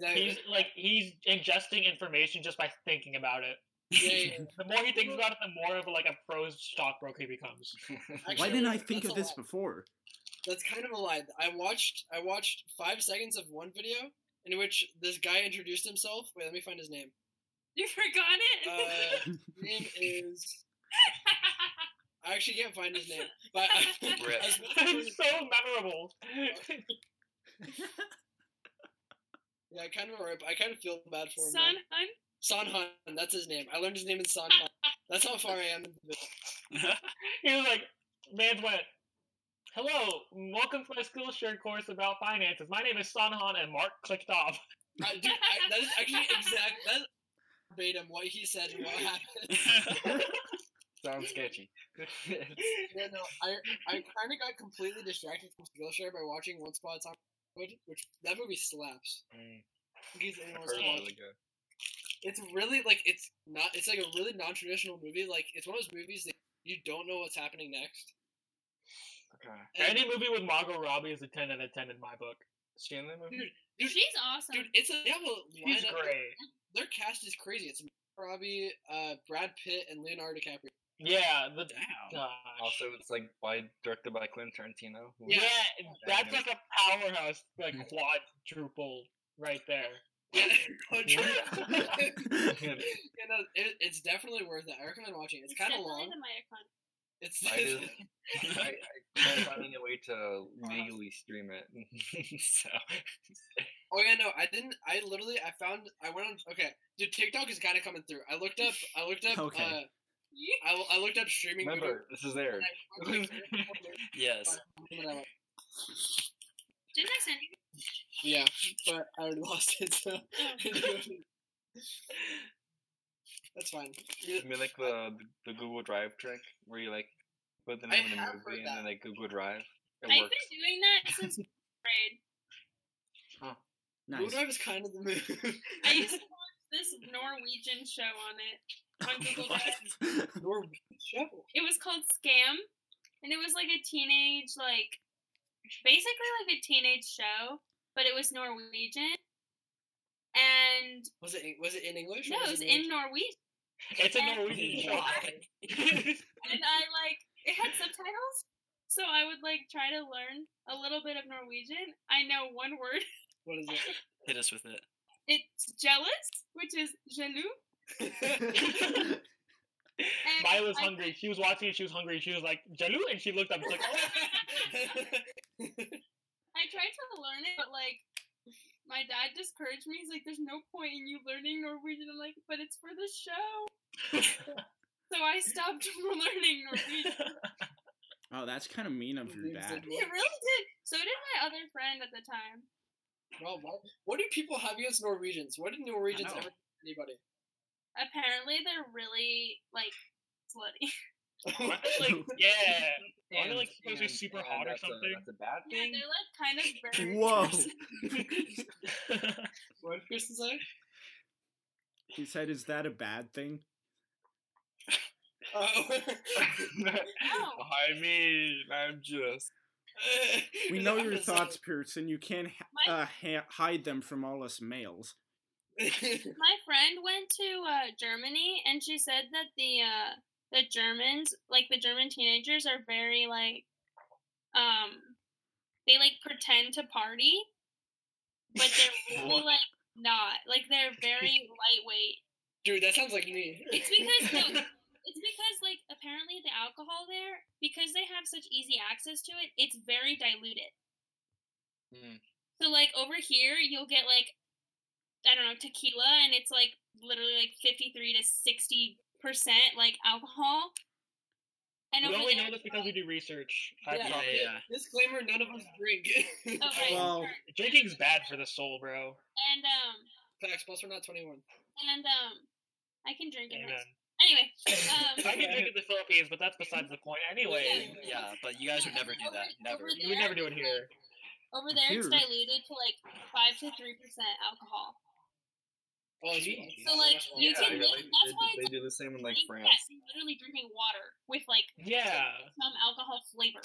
Speaker 6: right? [laughs]
Speaker 3: he's
Speaker 2: Exactly.
Speaker 3: like he's ingesting information just by thinking about it.
Speaker 2: Yeah, yeah, yeah.
Speaker 3: The more he thinks about it, the more of like a pro stockbroker he becomes. [laughs]
Speaker 1: Why
Speaker 2: Actually,
Speaker 1: didn't I think
Speaker 2: that's
Speaker 1: of
Speaker 2: a
Speaker 1: this
Speaker 2: lot.
Speaker 1: before?
Speaker 2: [laughs] That's kind of a lie. I watched I watched five seconds of one video in which this guy introduced himself. Wait, let me find his name.
Speaker 4: [laughs] You forgot it?
Speaker 2: Uh, his
Speaker 4: [laughs]
Speaker 2: name is I actually can't find his name. But [laughs] I,
Speaker 5: Rip.
Speaker 2: I was looking
Speaker 3: it's
Speaker 2: for-
Speaker 3: so memorable. [laughs]
Speaker 2: yeah, I kind of rip. I kind of feel bad for him.
Speaker 4: Son,
Speaker 2: now.
Speaker 4: hun?
Speaker 2: Son Han, that's his name. I learned his name in Son Han. That's how far I am. in the video.
Speaker 3: he was like, man went, hello, welcome to my Skillshare course about finances. My name is Sanhan, and Mark clicked off.
Speaker 2: I, dude, I, that is actually exact. That's verbatim what he said and what happened.
Speaker 6: Sounds
Speaker 2: [laughs]
Speaker 6: sketchy. [laughs]
Speaker 2: Yeah, no, I I kind of got completely distracted from Skillshare by watching Once Upon a Time in Hollywood, which that movie slaps.
Speaker 6: Mm,
Speaker 2: In case
Speaker 6: I've
Speaker 2: anyone's
Speaker 6: heard it's
Speaker 2: watching.
Speaker 6: really good.
Speaker 2: it's really like it's not. It's like a really non-traditional movie. Like it's one of those movies that you don't know what's happening next.
Speaker 6: Okay.
Speaker 2: And,
Speaker 3: Any movie with Margot Robbie is a 10 out of 10 in my book.
Speaker 6: Is she in the movie?
Speaker 2: Dude,
Speaker 4: She's awesome.
Speaker 2: dude, it's a they have
Speaker 4: Hmm,
Speaker 2: a
Speaker 3: He's
Speaker 2: lineup.
Speaker 3: great.
Speaker 2: Their cast is crazy. It's Robbie, uh, Brad Pitt, and Leonardo
Speaker 6: [laughs]
Speaker 2: DiCaprio.
Speaker 3: Yeah, the.
Speaker 5: [laughs] Damn.
Speaker 3: Gosh.
Speaker 6: Also, it's like by directed by Quentin Tarantino. who- [laughs]
Speaker 3: yeah,
Speaker 2: Yeah.
Speaker 3: that's like a powerhouse, like
Speaker 6: Hmm.
Speaker 3: quadruple right there.
Speaker 2: Yeah, Oh, [laughs]
Speaker 6: Yeah,
Speaker 2: Yeah, no, uh, it, it's definitely worth it. I recommend watching. it. It's kind of
Speaker 4: definitely
Speaker 2: long.
Speaker 4: the myocardium.
Speaker 2: [laughs] It's
Speaker 6: I did- I, I tried finding a way to
Speaker 2: Wow.
Speaker 6: legally stream it. [laughs] so
Speaker 2: Oh yeah, no, I didn't. I literally, I found, I went on. Okay, dude, TikTok is kind of coming through. I looked up, I looked up,
Speaker 1: Okay.
Speaker 2: uh, I, I looked up streaming.
Speaker 6: remember, this
Speaker 4: [laughs]
Speaker 6: is aired.
Speaker 2: movies.
Speaker 5: Yes.
Speaker 4: Didn't I send you?
Speaker 2: yeah, [laughs] but I already lost it, so [laughs] that's fine.
Speaker 6: I mean, like the the Google Drive trick, where you like put the
Speaker 2: I
Speaker 6: name of the
Speaker 2: have
Speaker 6: movie
Speaker 2: heard
Speaker 6: and then like Google Drive. It
Speaker 4: I've
Speaker 6: works.
Speaker 4: been doing that since grade.
Speaker 2: Google
Speaker 1: [laughs] nice.
Speaker 2: Drive is kind of the move. [laughs]
Speaker 4: I used to watch this Norwegian show on it [laughs] on Google
Speaker 5: What?
Speaker 4: Drive.
Speaker 2: Your shovel.
Speaker 4: It was called Scam, and it was like a teenage, like basically like a teenage show, but it was Norwegian. And
Speaker 2: Was it was it in English? or
Speaker 4: no, it was in Norwegian,
Speaker 3: It's a
Speaker 4: And-
Speaker 6: [laughs]
Speaker 3: Norwegian show.
Speaker 4: and I like it had subtitles, so I would like try to learn a little bit of Norwegian. I know one word.
Speaker 2: [laughs]
Speaker 4: [laughs]
Speaker 2: What
Speaker 1: [laughs]
Speaker 2: is
Speaker 5: Hit us with it.
Speaker 4: It's jealous, which is jaloux.
Speaker 2: it?
Speaker 4: and
Speaker 3: Maya was
Speaker 4: I-
Speaker 3: hungry. She was watching it. She was hungry. She was like, Jalu, and she looked up. She's like, oh,
Speaker 4: [laughs] I tried to learn it, but like my dad discouraged me. He's like, "There's no point in you learning Norwegian." I'm like, "But it's for the show." so I stopped [laughs] learning Norwegian.
Speaker 1: oh, that's kind of mean of your
Speaker 2: Names [laughs]
Speaker 1: dad.
Speaker 2: that-
Speaker 4: it really did. So did my other friend at the time.
Speaker 2: Bro, what, what do people have against Norwegians? What did Norwegians
Speaker 5: know.
Speaker 2: ever do to anybody?
Speaker 4: Apparently, they're really like slutty.
Speaker 5: [laughs]
Speaker 3: Aren't
Speaker 1: [laughs]
Speaker 3: they, like, yeah. Aren't
Speaker 6: And-
Speaker 3: they like supposed to be
Speaker 6: and-
Speaker 3: super
Speaker 6: and
Speaker 3: hot or
Speaker 6: that's a-
Speaker 3: something?
Speaker 6: that's a bad
Speaker 4: Yeah,
Speaker 6: thing.
Speaker 4: they're like kind of very.
Speaker 1: Whoa.
Speaker 2: [laughs] what did Kristen say?
Speaker 1: He said, "Is that a bad
Speaker 2: [laughs]
Speaker 1: thing?"
Speaker 2: Uh,
Speaker 6: [laughs] I mean, I'm just.
Speaker 1: We know your
Speaker 2: I'm just-
Speaker 1: thoughts, Pearson. You can't
Speaker 4: My-
Speaker 1: uh, ha- hide them from all us males.
Speaker 4: My friend went to uh, Germany, and she said that the uh, the Germans, like the German teenagers, are very like, um, they like pretend to party, but they're really
Speaker 6: What?
Speaker 4: like not. Like they're very lightweight.
Speaker 2: [laughs] Dude, that sounds like me.
Speaker 4: It's
Speaker 2: [laughs]
Speaker 4: because
Speaker 3: [laughs]
Speaker 4: no, it's because like apparently the alcohol there, because they have such easy access to it, it's very diluted.
Speaker 3: Hmm.
Speaker 6: Mm.
Speaker 4: So like over here, you'll get like I don't know tequila, and it's like literally like fifty three to sixty percent like alcohol. And
Speaker 3: we
Speaker 4: over
Speaker 3: only
Speaker 4: there,
Speaker 3: know this because we do research. I've
Speaker 2: yeah,
Speaker 3: talked-
Speaker 5: yeah, yeah.
Speaker 2: Disclaimer: None of us drink.
Speaker 4: oh, right,
Speaker 1: Well-
Speaker 4: sorry.
Speaker 3: Drinking's bad for the soul, bro.
Speaker 4: and um
Speaker 2: [laughs] Facts. Plus, we're not twenty-one.
Speaker 4: and um, I can drink it.
Speaker 3: Amen.
Speaker 4: Anyway, um,
Speaker 3: I can drink in the Philippines, but that's besides the point. Anyway,
Speaker 5: Yeah, but you guys would never do that. Never. [laughs]
Speaker 3: you would never do it here.
Speaker 4: over there it's
Speaker 1: Here.
Speaker 4: diluted to like five to three percent alcohol.
Speaker 2: Oh, it's
Speaker 4: So like you
Speaker 6: Yeah,
Speaker 4: can
Speaker 6: yeah,
Speaker 4: make,
Speaker 6: they,
Speaker 4: that's why it's
Speaker 6: they, they do the same in like
Speaker 4: like
Speaker 6: France.
Speaker 4: Yes, you're literally drinking water with like
Speaker 6: [laughs]
Speaker 3: Yeah,
Speaker 4: some alcohol flavor.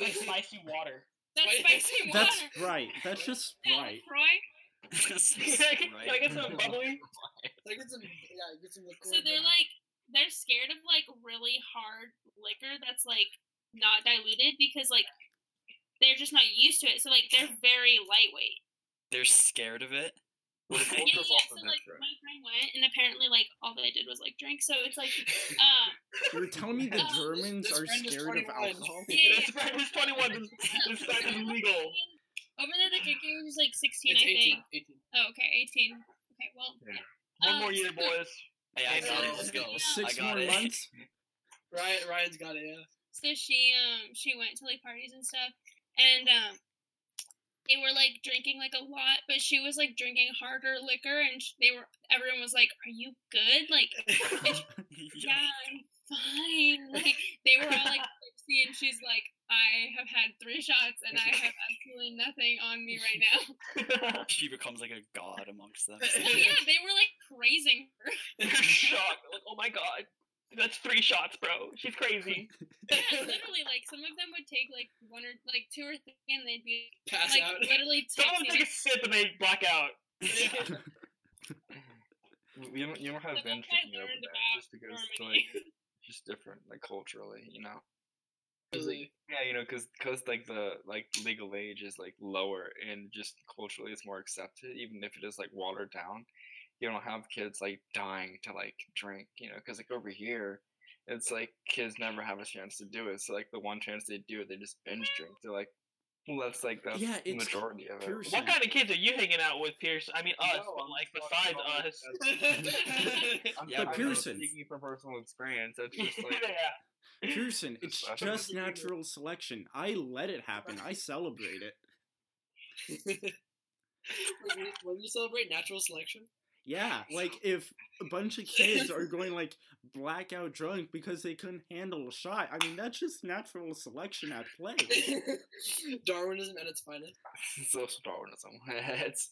Speaker 3: like spicy water. [laughs]
Speaker 4: That's
Speaker 1: [laughs]
Speaker 2: Wait,
Speaker 4: spicy water.
Speaker 1: That's right. That's just
Speaker 4: Yeah,
Speaker 1: right.
Speaker 4: Croy.
Speaker 3: Can I get- can I get some bubbly?
Speaker 2: Like it's a, yeah, it's a liqueur,
Speaker 4: So they're
Speaker 2: bro.
Speaker 4: like they're scared of like really hard liquor that's like not diluted because like they're just not used to it. So like they're very lightweight.
Speaker 5: They're scared of it.
Speaker 4: [laughs]
Speaker 6: Well,
Speaker 4: Yeah,
Speaker 6: that's
Speaker 4: yeah.
Speaker 6: also
Speaker 4: So like
Speaker 6: different.
Speaker 4: my friend went and apparently like all they did was like drink. So it's like um
Speaker 1: You're telling me
Speaker 2: [laughs]
Speaker 1: the
Speaker 4: This-
Speaker 1: Germans
Speaker 2: this
Speaker 1: are
Speaker 2: friend is
Speaker 1: scared of
Speaker 2: 21.
Speaker 1: alcohol?
Speaker 4: yeah, yeah,
Speaker 3: This friend is 21. This friend
Speaker 4: [laughs]
Speaker 3: is legal.
Speaker 4: Over there, the drinking age is like
Speaker 2: it's
Speaker 4: 16, I think.
Speaker 2: 18, 18.
Speaker 4: Oh, okay, 18. Okay, well,
Speaker 6: Yeah.
Speaker 3: One
Speaker 4: Um,
Speaker 3: more year, boys. [laughs]
Speaker 5: Hey, I got it. Let's go. I
Speaker 1: Six
Speaker 5: got
Speaker 1: more
Speaker 5: it.
Speaker 1: months.
Speaker 2: Ryan, Ryan's got it. Yeah.
Speaker 4: So she um she went to like parties and stuff, and um they were like drinking like a lot, but she was like drinking harder liquor, and sh- they were everyone was like, "Are you good?" Like, [laughs]
Speaker 5: [laughs] Yeah.
Speaker 4: yeah, I'm fine. [laughs] Like they were all like tipsy, and she's like, "I have had three shots, and I have absolutely nothing on me right now." [laughs]
Speaker 5: She becomes like a god amongst them.
Speaker 4: So yeah, they were like praising her. [laughs]
Speaker 3: Shocked. Like, oh my god. That's three shots, bro. She's crazy.
Speaker 4: Yeah, literally, like some of them would take like one or like two or three, and they'd be
Speaker 2: Pass
Speaker 4: like
Speaker 2: out.
Speaker 4: literally
Speaker 3: Some of them
Speaker 4: tipsy.
Speaker 3: take a sip and they black out.
Speaker 6: You don't, you don't have
Speaker 4: But
Speaker 6: been
Speaker 4: that's what I
Speaker 6: thinking over
Speaker 4: learned
Speaker 6: there
Speaker 4: about
Speaker 6: just because
Speaker 4: Germany.
Speaker 6: like it's [laughs] just different like culturally, you know. 'Cause, like, yeah, you know, because like the like legal age is like lower and just culturally it's more accepted, even if it is like watered down. You don't have kids like dying to like drink, you know, because like over here, it's like kids never have a chance to do it. So like the one chance they do, they just binge drink. They're like, well, that's like that's
Speaker 1: Yeah,
Speaker 6: the
Speaker 1: it's
Speaker 6: majority of it.
Speaker 1: pure
Speaker 3: What kind of kids are you hanging out with, Pierce? I mean, us,
Speaker 6: No,
Speaker 3: but
Speaker 6: I'm
Speaker 3: like
Speaker 6: just
Speaker 3: besides
Speaker 6: talking about, like,
Speaker 3: us.
Speaker 2: [laughs]
Speaker 6: that's- [laughs] I'm
Speaker 5: Yeah,
Speaker 6: not-
Speaker 1: but
Speaker 6: I'm not
Speaker 1: Pearson-
Speaker 6: Speaking from personal experience, that's just like
Speaker 3: [laughs]
Speaker 6: [laughs]
Speaker 3: yeah.
Speaker 1: Pearson, it's
Speaker 6: I don't
Speaker 1: just
Speaker 6: remember doing
Speaker 1: natural selection. I let it happen. I celebrate it.
Speaker 2: when you celebrate natural selection, [laughs]
Speaker 1: Yeah, like if a bunch of kids are going like blackout drunk because they couldn't handle a shot. I mean, that's just natural selection at play.
Speaker 2: Darwinism at its finest.
Speaker 6: social [laughs] Darwinism. it's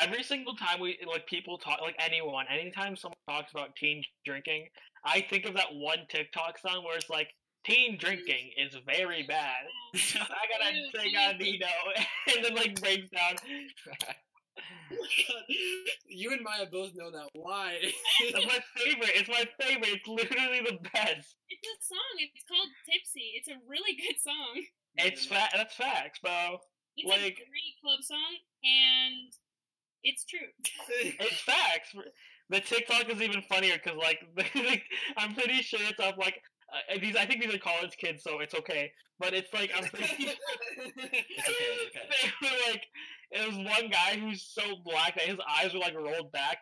Speaker 3: Every single time we like people talk, like anyone, anytime someone talks about teen drinking, I think of that one TikTok song where it's like, "Teen drinking is very bad." I gotta
Speaker 4: Ew,
Speaker 3: drink
Speaker 4: ew.
Speaker 3: on Nino, [laughs] and then like breaks down.
Speaker 2: Oh my God. [laughs] You and Maya both know that. Why?
Speaker 3: It's my favorite. It's my favorite. It's literally the best.
Speaker 4: It's a song. It's called Tipsy. It's a really [laughs] good song.
Speaker 2: [laughs]
Speaker 3: It's fa- That's facts, bro.
Speaker 4: It's
Speaker 3: Like-
Speaker 4: a great club song, and it's true.
Speaker 3: It's facts. The TikTok is even funnier because, like, [laughs] I'm pretty sure it's of like uh, these. I think these are college kids, so it's okay. But it's like I'm
Speaker 2: [laughs]
Speaker 3: pretty.
Speaker 5: It's okay, it's okay.
Speaker 3: [laughs] They were like, it was one guy who's so black that his eyes were like rolled back,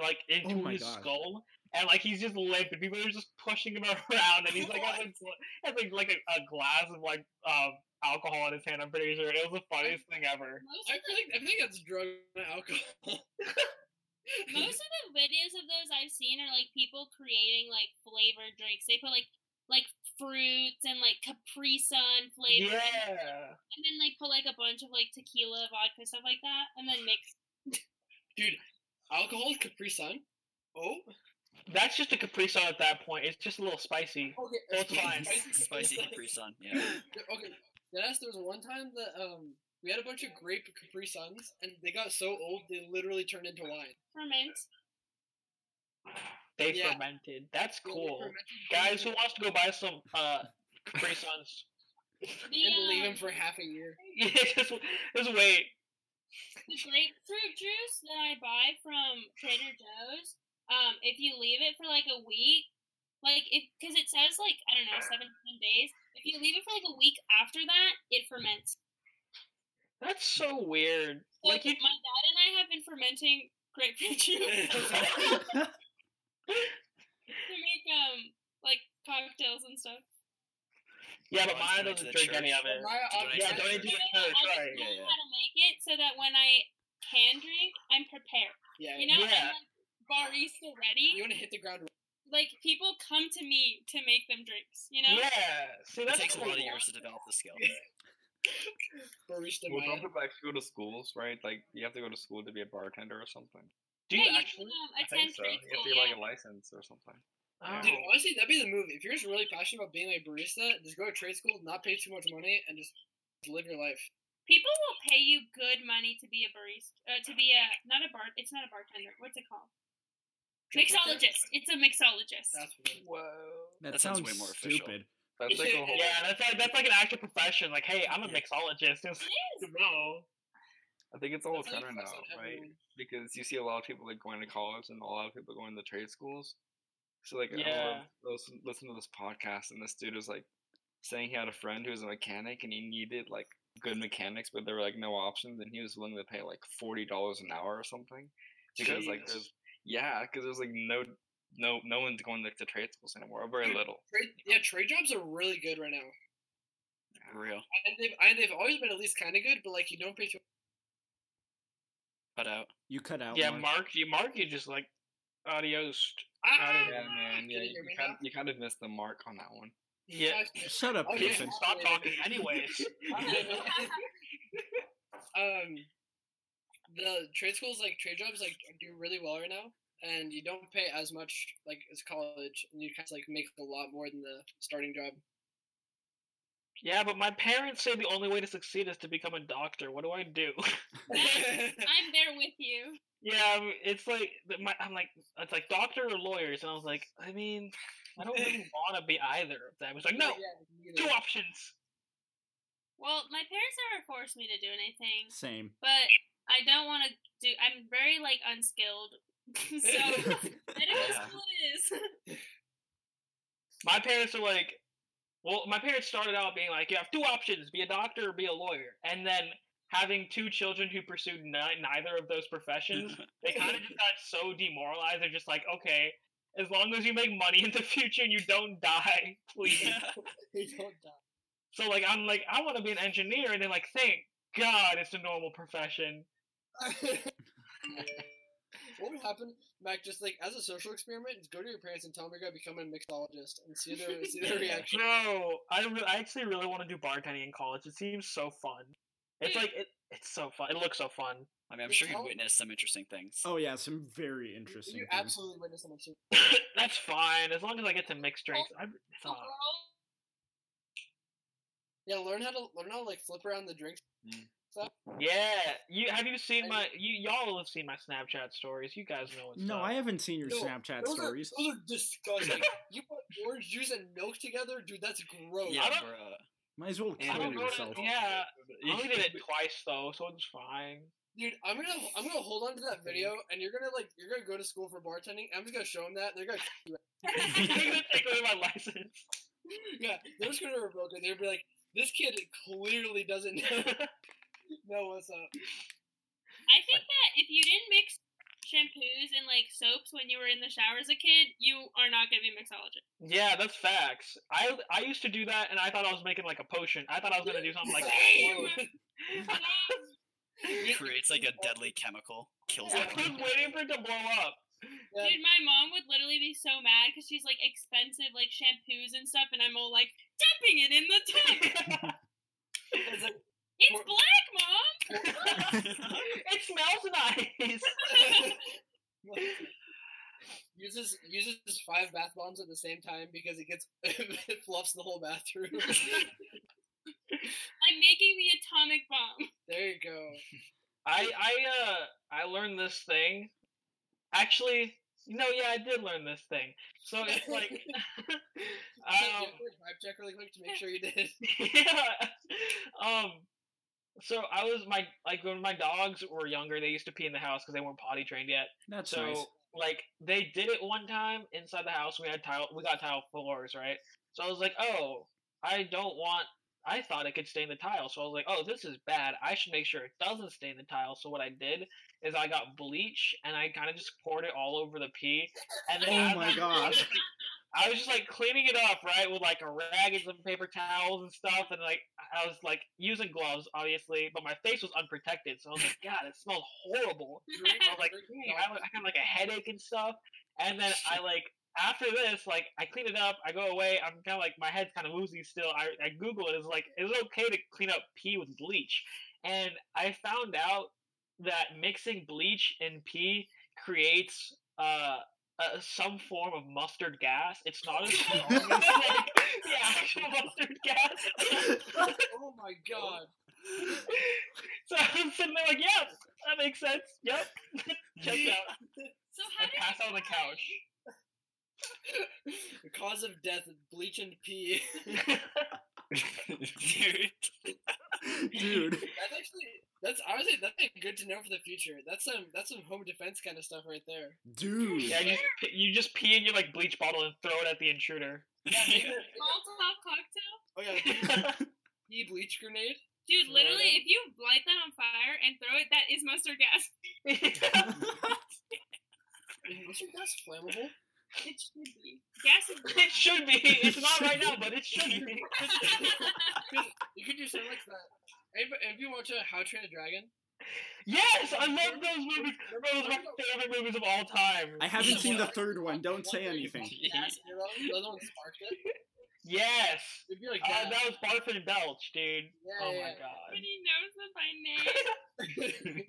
Speaker 3: like
Speaker 5: Oh
Speaker 3: into
Speaker 1: my
Speaker 3: his
Speaker 1: God.
Speaker 3: skull, and like he's just limp, and people are just pushing him [laughs] around, and he's like, has, like, gl- has like like a, a glass of like um, alcohol in his hand. I'm pretty sure it was the funniest thing ever.
Speaker 4: Most
Speaker 2: I [laughs]
Speaker 4: of,
Speaker 2: feel
Speaker 4: the,
Speaker 2: like I think that's drug and alcohol.
Speaker 4: most of the videos of those I've seen are like people creating like flavored drinks. They put like like fruits and like Capri Sun flavor, in it,
Speaker 3: Yeah.
Speaker 4: and then they put like a bunch of like tequila, vodka, stuff like that, and then mix.
Speaker 2: Alcohol Capri Sun. Oh,
Speaker 3: That's just a Capri Sun at that point. It's just a little spicy.
Speaker 2: okay.
Speaker 3: That's fine.
Speaker 2: [laughs]
Speaker 5: Spicy Capri Sun. Yeah.
Speaker 2: Okay, yes, there was one time that um we had a bunch of grape Capri Suns, and they got so old they literally turned into wine.
Speaker 4: Ferment.
Speaker 3: They
Speaker 2: Yeah.
Speaker 3: fermented. That's
Speaker 2: They
Speaker 3: cool.
Speaker 2: fermented
Speaker 3: Guys, who
Speaker 2: them
Speaker 3: wants to go buy some uh, Capri Suns? [laughs]
Speaker 4: The,
Speaker 2: and leave
Speaker 4: um,
Speaker 2: them for half a year.
Speaker 3: Yeah, just, just wait.
Speaker 4: the grapefruit juice that I buy from Trader Joe's, um, if you leave it for like a week, like if because it says like I don't know seventeen days, if you leave it for like a week after that, it ferments.
Speaker 3: That's so weird.
Speaker 4: So
Speaker 3: Like you,
Speaker 4: my dad and I have been fermenting grapefruit [laughs] juice to make um like cocktails and stuff.
Speaker 3: yeah, but
Speaker 5: Oh,
Speaker 3: Maya
Speaker 5: it's going to
Speaker 3: doesn't
Speaker 5: the
Speaker 3: drink any
Speaker 5: church.
Speaker 3: of it.
Speaker 2: Mariah,
Speaker 5: Don't
Speaker 2: um,
Speaker 3: Yeah,
Speaker 5: Yeah,
Speaker 3: don't need to
Speaker 5: sure.
Speaker 4: I
Speaker 3: [laughs] try.
Speaker 4: just
Speaker 3: try.
Speaker 5: Yeah,
Speaker 4: know
Speaker 5: yeah.
Speaker 4: how to make it so that when I can drink, I'm prepared.
Speaker 2: yeah,
Speaker 4: You know,
Speaker 3: Yeah.
Speaker 4: I'm like barista ready.
Speaker 2: you want to hit the ground.
Speaker 4: Like people come to me to make them drinks. You know.
Speaker 3: Yeah, see
Speaker 5: It
Speaker 3: that's
Speaker 5: takes a
Speaker 3: cool.
Speaker 5: lot of years to develop the skill.
Speaker 2: Barista
Speaker 6: Well,
Speaker 2: Maya.
Speaker 6: don't people actually go to schools, right? Like you have to go to school to be a bartender or something.
Speaker 3: Do you
Speaker 4: yeah,
Speaker 3: actually?
Speaker 4: You can,
Speaker 6: I
Speaker 4: um, attend
Speaker 6: think so. You
Speaker 4: trade
Speaker 6: have to
Speaker 4: school,
Speaker 6: get like
Speaker 4: yeah.
Speaker 6: a license or something.
Speaker 3: Oh.
Speaker 2: Dude, honestly, that'd be the move. If you're just really passionate about being a barista, just go to trade school, not pay too much money, and just live your life.
Speaker 4: People will pay you good money to be a barista, uh, to be a not a bar. It's not a bartender. What's it called? Mixologist. It's a mixologist.
Speaker 2: That's what it is.
Speaker 3: Whoa.
Speaker 1: That,
Speaker 5: That
Speaker 1: sounds,
Speaker 5: sounds way more official.
Speaker 1: stupid.
Speaker 6: That's
Speaker 2: You
Speaker 6: like
Speaker 2: should-
Speaker 6: [laughs] a whole.
Speaker 3: Yeah, that's like that's like an actual profession. Like, hey, I'm a
Speaker 1: Yeah.
Speaker 3: mixologist. It's, [laughs]
Speaker 4: It is.
Speaker 6: [laughs]
Speaker 3: no.
Speaker 6: I think it's a whole
Speaker 2: That's how you
Speaker 6: trend
Speaker 2: flex
Speaker 6: now,
Speaker 2: on
Speaker 6: right?
Speaker 2: everyone.
Speaker 6: Because you see a lot of people like going to college and a lot of people going to trade schools. So like,
Speaker 3: Yeah.
Speaker 6: I listen, listen to this podcast, and this dude was like saying he had a friend who was a mechanic and he needed like good mechanics, but there were like no options, and he was willing to pay like forty dollars an hour or something because like
Speaker 3: Jeez.
Speaker 6: there's yeah, because there's like no no no one's going like to trade schools anymore, or very [laughs]
Speaker 2: Dude,
Speaker 6: little.
Speaker 2: Trade, yeah, trade jobs are really good right now,
Speaker 5: For real.
Speaker 2: and they've and they've always been at least kind of good, but like you don't pay too.
Speaker 5: Cut out. [laughs]
Speaker 1: You cut out.
Speaker 3: Yeah,
Speaker 1: Mark.
Speaker 3: Mark, you Mark, you just like adios.
Speaker 2: Ah,
Speaker 6: Yeah, man. Yeah,
Speaker 2: Can you
Speaker 6: you
Speaker 2: hear me
Speaker 6: kind
Speaker 2: now?
Speaker 6: you kind of missed the mark on that one.
Speaker 3: Yeah.
Speaker 1: Shut up,
Speaker 2: Oh, yeah.
Speaker 1: Ethan.
Speaker 3: Stop talking,
Speaker 5: [laughs]
Speaker 3: anyways.
Speaker 2: [laughs] um, the trade schools like trade jobs like do really well right now, and you don't pay as much like as college, and you kind of like make a lot more than the starting job.
Speaker 3: yeah, but my parents say the only way to succeed is to become a doctor. What do I do? [laughs]
Speaker 4: I'm there with you.
Speaker 3: yeah, I'm- it's like th- my, I'm like it's like doctor or lawyers, and I was like, I mean, I
Speaker 5: [laughs]
Speaker 3: don't really want to be either of them. It's like no,
Speaker 2: Yeah,
Speaker 3: two
Speaker 2: neither.
Speaker 3: options.
Speaker 4: Well, my parents never forced me to do anything,
Speaker 1: Same. [laughs]
Speaker 4: but I don't want to do. I'm very like unskilled, [laughs] so
Speaker 6: [laughs]
Speaker 4: it is
Speaker 5: Yeah.
Speaker 4: what it is. [laughs]
Speaker 3: My parents are like, well, my parents started out being like, you have two options: be a doctor or be a lawyer. And then having two children who pursued ni- neither of those
Speaker 5: [laughs]
Speaker 3: professions, they kind of just got so demoralized. They're just like, okay, as long as you make money in the [laughs] future and you don't die, please.
Speaker 2: You don't die.
Speaker 3: so like, I'm like, I want to be an engineer, and they're like, thank God it's a normal profession.
Speaker 2: [laughs] what would happen, Mac? Just like as a social experiment, just go to your parents and tell them you're gonna become a mixologist and see their see [laughs] their
Speaker 5: Yeah.
Speaker 2: reaction.
Speaker 3: Bro, I re- I actually really want to do bartending in college. It seems so fun. It's
Speaker 4: Dude.
Speaker 3: like it, it's so fun. It looks so fun.
Speaker 5: I mean, I'm
Speaker 2: Just
Speaker 5: sure you
Speaker 2: tell-
Speaker 5: witnessed some interesting things.
Speaker 1: Oh yeah, some very interesting.
Speaker 2: You
Speaker 1: things.
Speaker 2: absolutely witness someone. shoot.
Speaker 3: [laughs] That's fine, as long as I get to mix drinks. I, it's
Speaker 4: Oh,
Speaker 3: not-
Speaker 4: girl.
Speaker 2: Yeah, learn how to learn how to like flip around the drinks.
Speaker 3: yeah, you have you seen
Speaker 2: I-
Speaker 3: my? You y'all have seen my Snapchat stories. You guys know what's
Speaker 1: No,
Speaker 3: up.
Speaker 1: I haven't seen your
Speaker 2: No,
Speaker 1: Snapchat
Speaker 2: Those are,
Speaker 1: stories.
Speaker 2: those are disgusting. you put orange juice and milk together, dude. That's gross.
Speaker 5: Yeah, uh,
Speaker 3: I don't-
Speaker 5: bruh.
Speaker 1: Might as well
Speaker 3: I
Speaker 1: kill
Speaker 3: don't know. what
Speaker 1: yourself. [laughs]
Speaker 3: I, yeah, I only did it twice though, so it's fine. [laughs]
Speaker 2: Dude, I'm gonna I'm gonna hold on to that video, and you're gonna like you're gonna go to school for bartending. I'm just gonna show them that. They're gonna
Speaker 3: You're gonna take away my license.
Speaker 2: [laughs] yeah, they're just gonna revoke it. They'll be like, this kid clearly doesn't know, [laughs] know what's up.
Speaker 4: I think that if you didn't mix shampoos and like soaps when you were in the shower as a kid, you are not gonna be a mixologist.
Speaker 6: [laughs]
Speaker 3: yeah, that's facts. I I used to do that, and I thought I was making like a potion. I thought I was gonna
Speaker 2: [laughs]
Speaker 3: do something like
Speaker 2: Same.
Speaker 3: that.
Speaker 5: Creates like a deadly chemical, kills
Speaker 3: [laughs] I was
Speaker 5: [laughs] everyone.
Speaker 3: waiting for it to blow up. [laughs]
Speaker 2: Yeah,
Speaker 4: Dude, my mom would literally be so mad because she's like expensive like shampoos and stuff, and I'm all like dumping it in the tub.
Speaker 3: [laughs]
Speaker 2: it's like, [laughs]
Speaker 4: It's
Speaker 2: Or-
Speaker 4: black, mom.
Speaker 3: [laughs] it smells nice.
Speaker 2: like, uses uses five bath bombs at the same time because it gets [laughs] it fluffs the whole bathroom. [laughs]
Speaker 4: I'm making the atomic bomb.
Speaker 2: there you go.
Speaker 3: I I uh I learned this thing. Actually, no, yeah, I did learn this thing. So it's like, [laughs]
Speaker 2: Can
Speaker 3: um, [laughs]
Speaker 2: you do a quick vibe check really quick to
Speaker 4: [laughs]
Speaker 2: make sure you did.
Speaker 3: yeah. Um, so I was my like when my dogs were younger, they used to pee in the house because they weren't potty trained yet.
Speaker 1: That's
Speaker 3: so [laughs]
Speaker 1: nice.
Speaker 3: like they did it one time inside the house. We had tile, we got tile floors, right? So I was like, oh, I don't want. I thought it could stain the tile, so I was like, oh, this is bad. I should make sure it doesn't stain the tile. So what I did is I got bleach and I kind of just poured it all over the pee. And then
Speaker 1: Oh
Speaker 3: as [laughs]
Speaker 1: my
Speaker 3: I'm
Speaker 1: gosh. [laughs]
Speaker 3: I was just like cleaning it up, right, with like a rag and some paper towels and stuff, and like I was like using gloves, obviously, but my face was unprotected, so I was like, God, it smells horrible. I
Speaker 2: [laughs]
Speaker 3: was like, "Dang, I, I had like a headache and stuff, and then I like after this, like I clean it up, I go away, I'm kind of like my head's kind of woozy still. I, I Google it, it's like it's okay to clean up pee with bleach, and I found out that mixing bleach and pee creates uh uh, some form of mustard gas. It's not as strong as like, the actual mustard gas. [laughs]
Speaker 2: oh my god.
Speaker 3: so I'm sitting there like, yeah, that makes sense. Yep. [laughs] Check out.
Speaker 4: So
Speaker 3: I
Speaker 4: how
Speaker 3: [laughs]
Speaker 4: did
Speaker 3: pass
Speaker 4: it
Speaker 3: out on the couch. [laughs]
Speaker 2: The cause of death: bleach and pee. [laughs]
Speaker 5: Dude.
Speaker 1: [laughs] Dude.
Speaker 2: That's actually that's honestly that's like, good to know for the future. That's some that's some home defense kind of stuff right
Speaker 3: [laughs]
Speaker 2: there.
Speaker 1: Dude.
Speaker 3: Yeah, you just, p- you just pee in your like bleach bottle and throw it at the intruder. [laughs]
Speaker 4: Molotov cocktail?
Speaker 2: Oh yeah, pee bleach grenade.
Speaker 4: Dude,
Speaker 2: Throw
Speaker 4: literally,
Speaker 2: it.
Speaker 4: if you light that on fire and throw it, that is mustard gas.
Speaker 2: Is your gas flammable?
Speaker 4: It should be. Gas is.
Speaker 3: it should be. It's not right now, but it should be.
Speaker 2: You could do something like that. Have you- Have you watched uh, How to Train a Dragon?
Speaker 3: Yes, I love those movies. Those are my favorite movies of all time.
Speaker 1: I [laughs] haven't seen the third one. Don't say anything.
Speaker 3: [laughs]
Speaker 2: Gas in your mouth, the other one sparked it.
Speaker 3: Yes.
Speaker 2: It'd be like
Speaker 3: Uh,
Speaker 2: that.
Speaker 3: that was Barf and Belch, dude.
Speaker 2: yeah,
Speaker 3: Oh
Speaker 2: yeah,
Speaker 3: my
Speaker 2: yeah.
Speaker 3: god.
Speaker 4: Everybody knows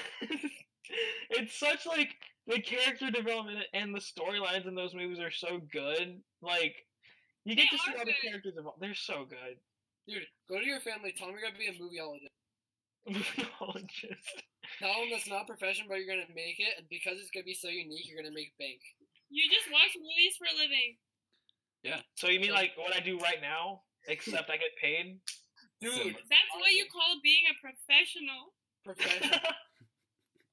Speaker 4: them by name.
Speaker 2: [laughs]
Speaker 3: [laughs] it's such like the character development and the storylines in those movies are so good. Like you get
Speaker 4: They
Speaker 3: to see
Speaker 4: are
Speaker 3: all the
Speaker 4: good.
Speaker 3: characters evolve. They're so good. [laughs]
Speaker 2: Dude, go to your family. Tell them you're gonna be a movieologist.
Speaker 3: Movieologist.
Speaker 2: Tell them that's not profession, but you're gonna make it, and because it's gonna be so unique, you're gonna make bank.
Speaker 4: You just watch movies for a living.
Speaker 3: so you mean like what I do right now, except I get paid?
Speaker 2: Dude,
Speaker 4: That's what you call being a professional.
Speaker 2: profession.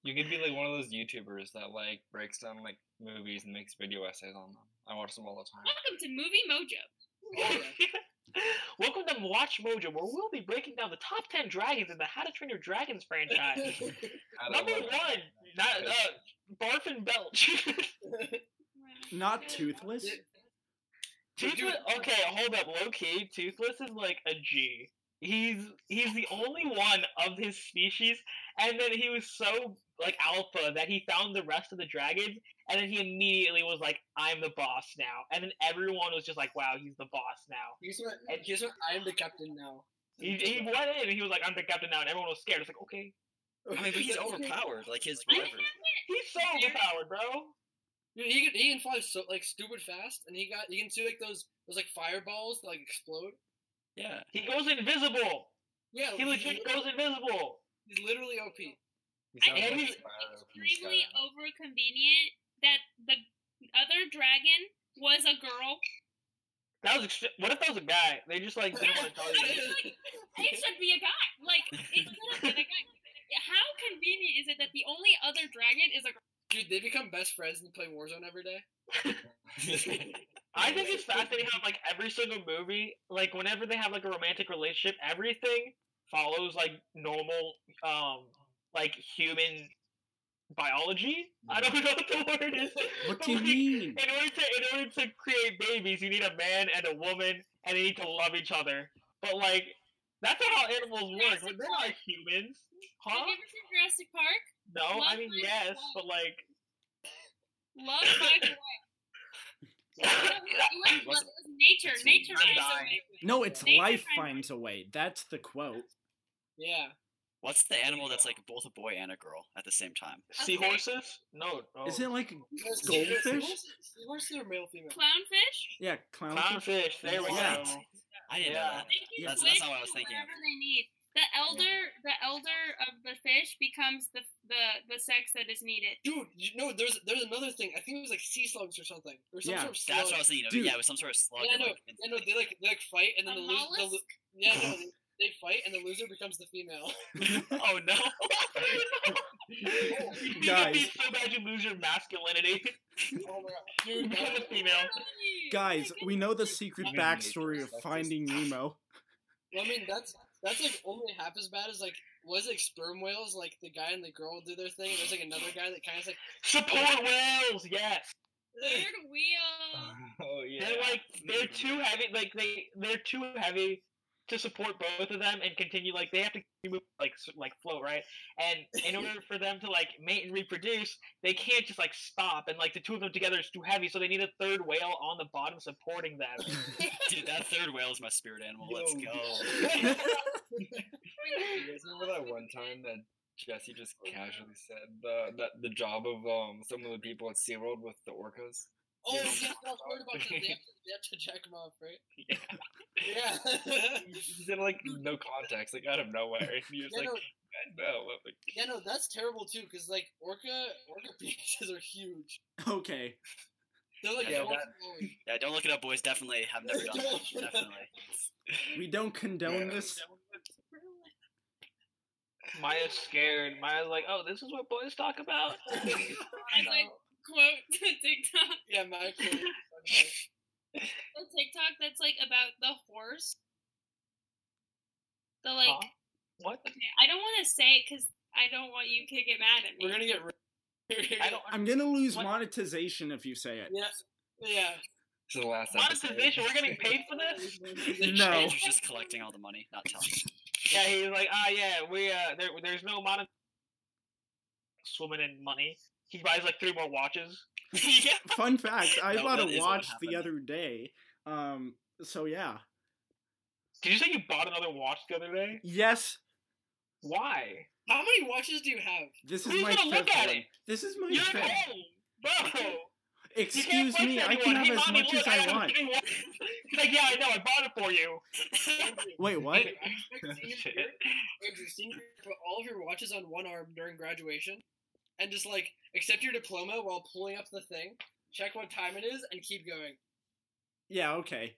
Speaker 6: You could be like one of those YouTubers that like breaks down like movies and makes video essays on them. I watch them all the time.
Speaker 4: Welcome to Movie Mojo.
Speaker 3: Welcome to Watch Mojo, where we'll be breaking down the top ten dragons in the How to Train Your Dragons franchise.
Speaker 6: I don't
Speaker 3: Number
Speaker 6: know.
Speaker 3: one, not, uh, Barf and Belch.
Speaker 1: [laughs]
Speaker 3: [laughs]
Speaker 1: Not toothless.
Speaker 2: But dude-
Speaker 3: Toothless. Okay, hold up. Low key, Toothless is like a G. He's he's the only one of his species, and then he was so like alpha that he found the rest of the dragons, and then he immediately was like, "I'm the boss now," and then everyone was just like, "Wow, he's the boss now."
Speaker 2: Here's what, here's what I'm the captain now.
Speaker 3: He, he went in and he was like, "I'm the captain now," and everyone was scared. It's like, okay,
Speaker 5: I mean,
Speaker 2: [laughs]
Speaker 5: but he's overpowered. Like his
Speaker 4: I
Speaker 5: whatever.
Speaker 4: think
Speaker 3: he's so
Speaker 4: Very-
Speaker 3: overpowered, bro.
Speaker 2: Dude, he can he can fly so like stupid fast, and he got you can see like those those like fireballs that like explode.
Speaker 5: Yeah. [laughs]
Speaker 3: He goes invisible.
Speaker 2: Yeah,
Speaker 3: He legit goes invisible.
Speaker 2: he's literally OP.
Speaker 6: He sounds
Speaker 3: and he's
Speaker 6: like Spyro from
Speaker 4: extremely
Speaker 6: Skyrim.
Speaker 4: over convenient that the other dragon was a girl.
Speaker 3: That was ext- what if that was a guy? They just like didn't want to tell you.
Speaker 5: [laughs]
Speaker 4: It should be a guy. Like it could have been a guy. How convenient is it that the only other dragon is a girl?
Speaker 2: Dude, they become best friends and play Warzone every day.
Speaker 3: I think it's fascinating how like every single movie, like whenever they have like a romantic relationship, everything follows like normal um like human biology. I don't know what the word is.
Speaker 1: What
Speaker 3: but,
Speaker 1: do you
Speaker 3: like,
Speaker 1: mean?
Speaker 3: In order to in order to create babies, you need a man and a woman, and they need to love each other. But like that's not how animals work. Like, they're not humans,
Speaker 4: Have you
Speaker 3: huh?
Speaker 4: ever seen Jurassic Park?
Speaker 3: No, I
Speaker 4: Love
Speaker 3: mean
Speaker 4: finds
Speaker 3: yes,
Speaker 4: love.
Speaker 3: but like
Speaker 4: Love
Speaker 5: [laughs]
Speaker 4: finds a way. No, it wasn't love, it was nature.
Speaker 5: It's-
Speaker 4: Nature
Speaker 5: I'm
Speaker 4: finds a
Speaker 5: dying.
Speaker 4: way.
Speaker 1: No, it's
Speaker 4: Nature
Speaker 1: life
Speaker 4: finds-
Speaker 1: finds a way. That's the quote.
Speaker 2: Yeah,
Speaker 5: What's the animal that's like both a boy and a girl at the same time?
Speaker 3: Seahorses? No. no.
Speaker 1: Is it like
Speaker 2: Because
Speaker 1: Goldfish?
Speaker 2: seahorses- Seahorses are male female.
Speaker 4: Clownfish?
Speaker 1: yeah, clown?
Speaker 3: clownfish? There we
Speaker 5: Yeah.
Speaker 3: go.
Speaker 5: I didn't know
Speaker 3: Yeah.
Speaker 5: that.
Speaker 4: They can
Speaker 5: That's-
Speaker 4: switch
Speaker 5: that's not what I was
Speaker 4: to
Speaker 5: thinking of.
Speaker 4: Whatever they need. The elder, the elder of the fish becomes the the the sex that is needed.
Speaker 2: Dude, you, no, there's there's another thing. I think it was like sea slugs or something. Or some
Speaker 1: Yeah,
Speaker 2: sort of slug.
Speaker 5: That's what I was thinking of.
Speaker 1: Dude.
Speaker 5: Yeah, it was some sort of slug.
Speaker 2: Yeah,
Speaker 5: that,
Speaker 2: no,
Speaker 5: like,
Speaker 2: yeah, no, they like they like fight and then
Speaker 4: A
Speaker 2: the loser. The, lo-
Speaker 4: mollusk?
Speaker 2: yeah, no, they fight and the loser becomes the female. [laughs]
Speaker 5: [laughs] oh
Speaker 3: [laughs]
Speaker 5: no!
Speaker 3: You'd
Speaker 1: Guys.
Speaker 3: [laughs] be so bad you lose your masculinity. [laughs]
Speaker 2: oh my god, dude,
Speaker 3: Become
Speaker 2: that
Speaker 3: a
Speaker 2: was-
Speaker 3: female.
Speaker 1: Guys, we know the secret
Speaker 6: I mean,
Speaker 1: backstory of
Speaker 6: that's just-
Speaker 1: Finding Nemo. [laughs]
Speaker 2: Well, I mean, that's that's like only half as bad as like was like sperm whales. Like the guy and the girl do their thing, and there's like another guy that kind of like
Speaker 3: Support whales, yes.
Speaker 4: Third wheel.
Speaker 6: [laughs] Oh yeah.
Speaker 3: They're like they're
Speaker 5: Maybe.
Speaker 3: too heavy. Like they they're too heavy to support both of them and continue. Like they have to keep moving, like s- like float right. And [laughs] in order for them to like mate and reproduce, they can't just like stop. And like the two of them together is too heavy, so they need a third whale on the bottom supporting them.
Speaker 5: Dude, that third whale is my spirit animal. Let's
Speaker 6: Yo.
Speaker 5: go.
Speaker 6: [laughs] You guys remember that one time that Jesse just casually said the that the job of um some of the people at SeaWorld with the orcas?
Speaker 2: oh
Speaker 6: Yeah.
Speaker 2: yeah, I was worried about that. They have to, they have to jack him off, right? Yeah.
Speaker 6: He just did like no context, like out of nowhere. And you're
Speaker 2: [laughs]
Speaker 6: just
Speaker 2: yeah,
Speaker 6: like,
Speaker 2: no,
Speaker 6: no, like,
Speaker 2: yeah, no, that's terrible too. Cause like orca, orca [laughs] penises are huge.
Speaker 1: okay.
Speaker 2: They're like
Speaker 6: Yeah,
Speaker 2: yeah,
Speaker 6: that-
Speaker 5: Yeah, don't look it up, boys. Definitely have never done that.
Speaker 3: [laughs]
Speaker 5: Definitely.
Speaker 1: We don't condone
Speaker 6: Yeah.
Speaker 1: this.
Speaker 3: [laughs]
Speaker 1: [laughs]
Speaker 3: Maya's scared. Maya's like, oh, this is what boys talk about.
Speaker 4: I like quote [laughs] to TikTok.
Speaker 2: yeah, my.
Speaker 4: The TikTok that's like about the horse. The like,
Speaker 3: Huh? What?
Speaker 4: I don't want to say it because I don't want you to get mad at me.
Speaker 2: We're gonna get. ri-
Speaker 3: I don't.
Speaker 1: I'm gonna lose
Speaker 3: What?
Speaker 1: monetization if you say it.
Speaker 2: [laughs] Yeah. Yeah.
Speaker 6: this is the last episode.
Speaker 3: Monetization. We're getting paid for this.
Speaker 1: No.
Speaker 5: Andrew's
Speaker 3: [laughs]
Speaker 5: just collecting all the money, not telling.
Speaker 3: Yeah, he's like, ah, yeah, we uh, there, there's no amount of swimming in money. He buys like three more watches.
Speaker 5: [laughs] yeah.
Speaker 1: [laughs] Fun fact: I
Speaker 5: No,
Speaker 1: bought
Speaker 5: that
Speaker 1: a
Speaker 5: is what
Speaker 1: watch the
Speaker 5: happened.
Speaker 1: other day. Um. So yeah.
Speaker 3: Did you say you bought another watch the other day?
Speaker 1: Yes,
Speaker 3: Why?
Speaker 2: How many watches do you have?
Speaker 1: this is
Speaker 3: Who's
Speaker 1: my
Speaker 3: gonna look
Speaker 1: fifth
Speaker 3: at
Speaker 1: one.
Speaker 3: it?
Speaker 1: This is my
Speaker 3: You're
Speaker 1: fifth.
Speaker 3: at home, bro. You can't
Speaker 1: Excuse
Speaker 3: push
Speaker 1: me, I can
Speaker 3: anyone.
Speaker 1: have
Speaker 3: Hey,
Speaker 1: as
Speaker 3: mommy,
Speaker 1: much
Speaker 3: look,
Speaker 1: as
Speaker 3: I
Speaker 1: I
Speaker 3: have
Speaker 1: want.
Speaker 3: three watches. [laughs] He's like, yeah, I know, I bought it for you.
Speaker 2: [laughs] Andrew,
Speaker 1: Wait, what?
Speaker 2: Andrew, I expect senior year, Andrew, senior year, put all of your watches on one arm during graduation, and just like accept your diploma while pulling up the thing, check what time it is, and keep going.
Speaker 1: Yeah. Okay.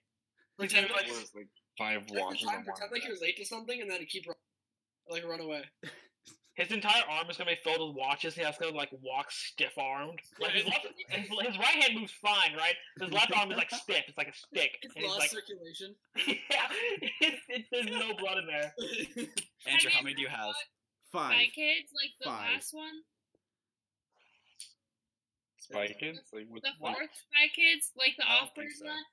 Speaker 2: Pretend
Speaker 3: Dude,
Speaker 2: like,
Speaker 6: There
Speaker 2: check
Speaker 6: was, like five
Speaker 2: the
Speaker 6: watches
Speaker 2: time,
Speaker 6: on
Speaker 2: pretend like you're
Speaker 6: one.
Speaker 2: late to something, and then keep run- like run away.
Speaker 3: His entire arm is gonna be filled with watches. and He's gonna like walk stiff armed. Like his, left, his, his right hand moves fine, right? His left arm is like stiff. It's like a stick.
Speaker 2: [laughs] It's
Speaker 3: And he's
Speaker 2: lost
Speaker 3: like,
Speaker 2: circulation.
Speaker 3: yeah, it's, it's, there's no blood in there.
Speaker 4: mean,
Speaker 5: Andrew, how
Speaker 3: [laughs]
Speaker 5: many do you have?
Speaker 1: Five.
Speaker 4: My kids, like the
Speaker 1: Five.
Speaker 4: last one,
Speaker 6: Spy Kids? Like with
Speaker 4: the
Speaker 6: like,
Speaker 4: fourth Spy Kids, like the
Speaker 6: I don't
Speaker 4: off
Speaker 6: think so.
Speaker 4: one,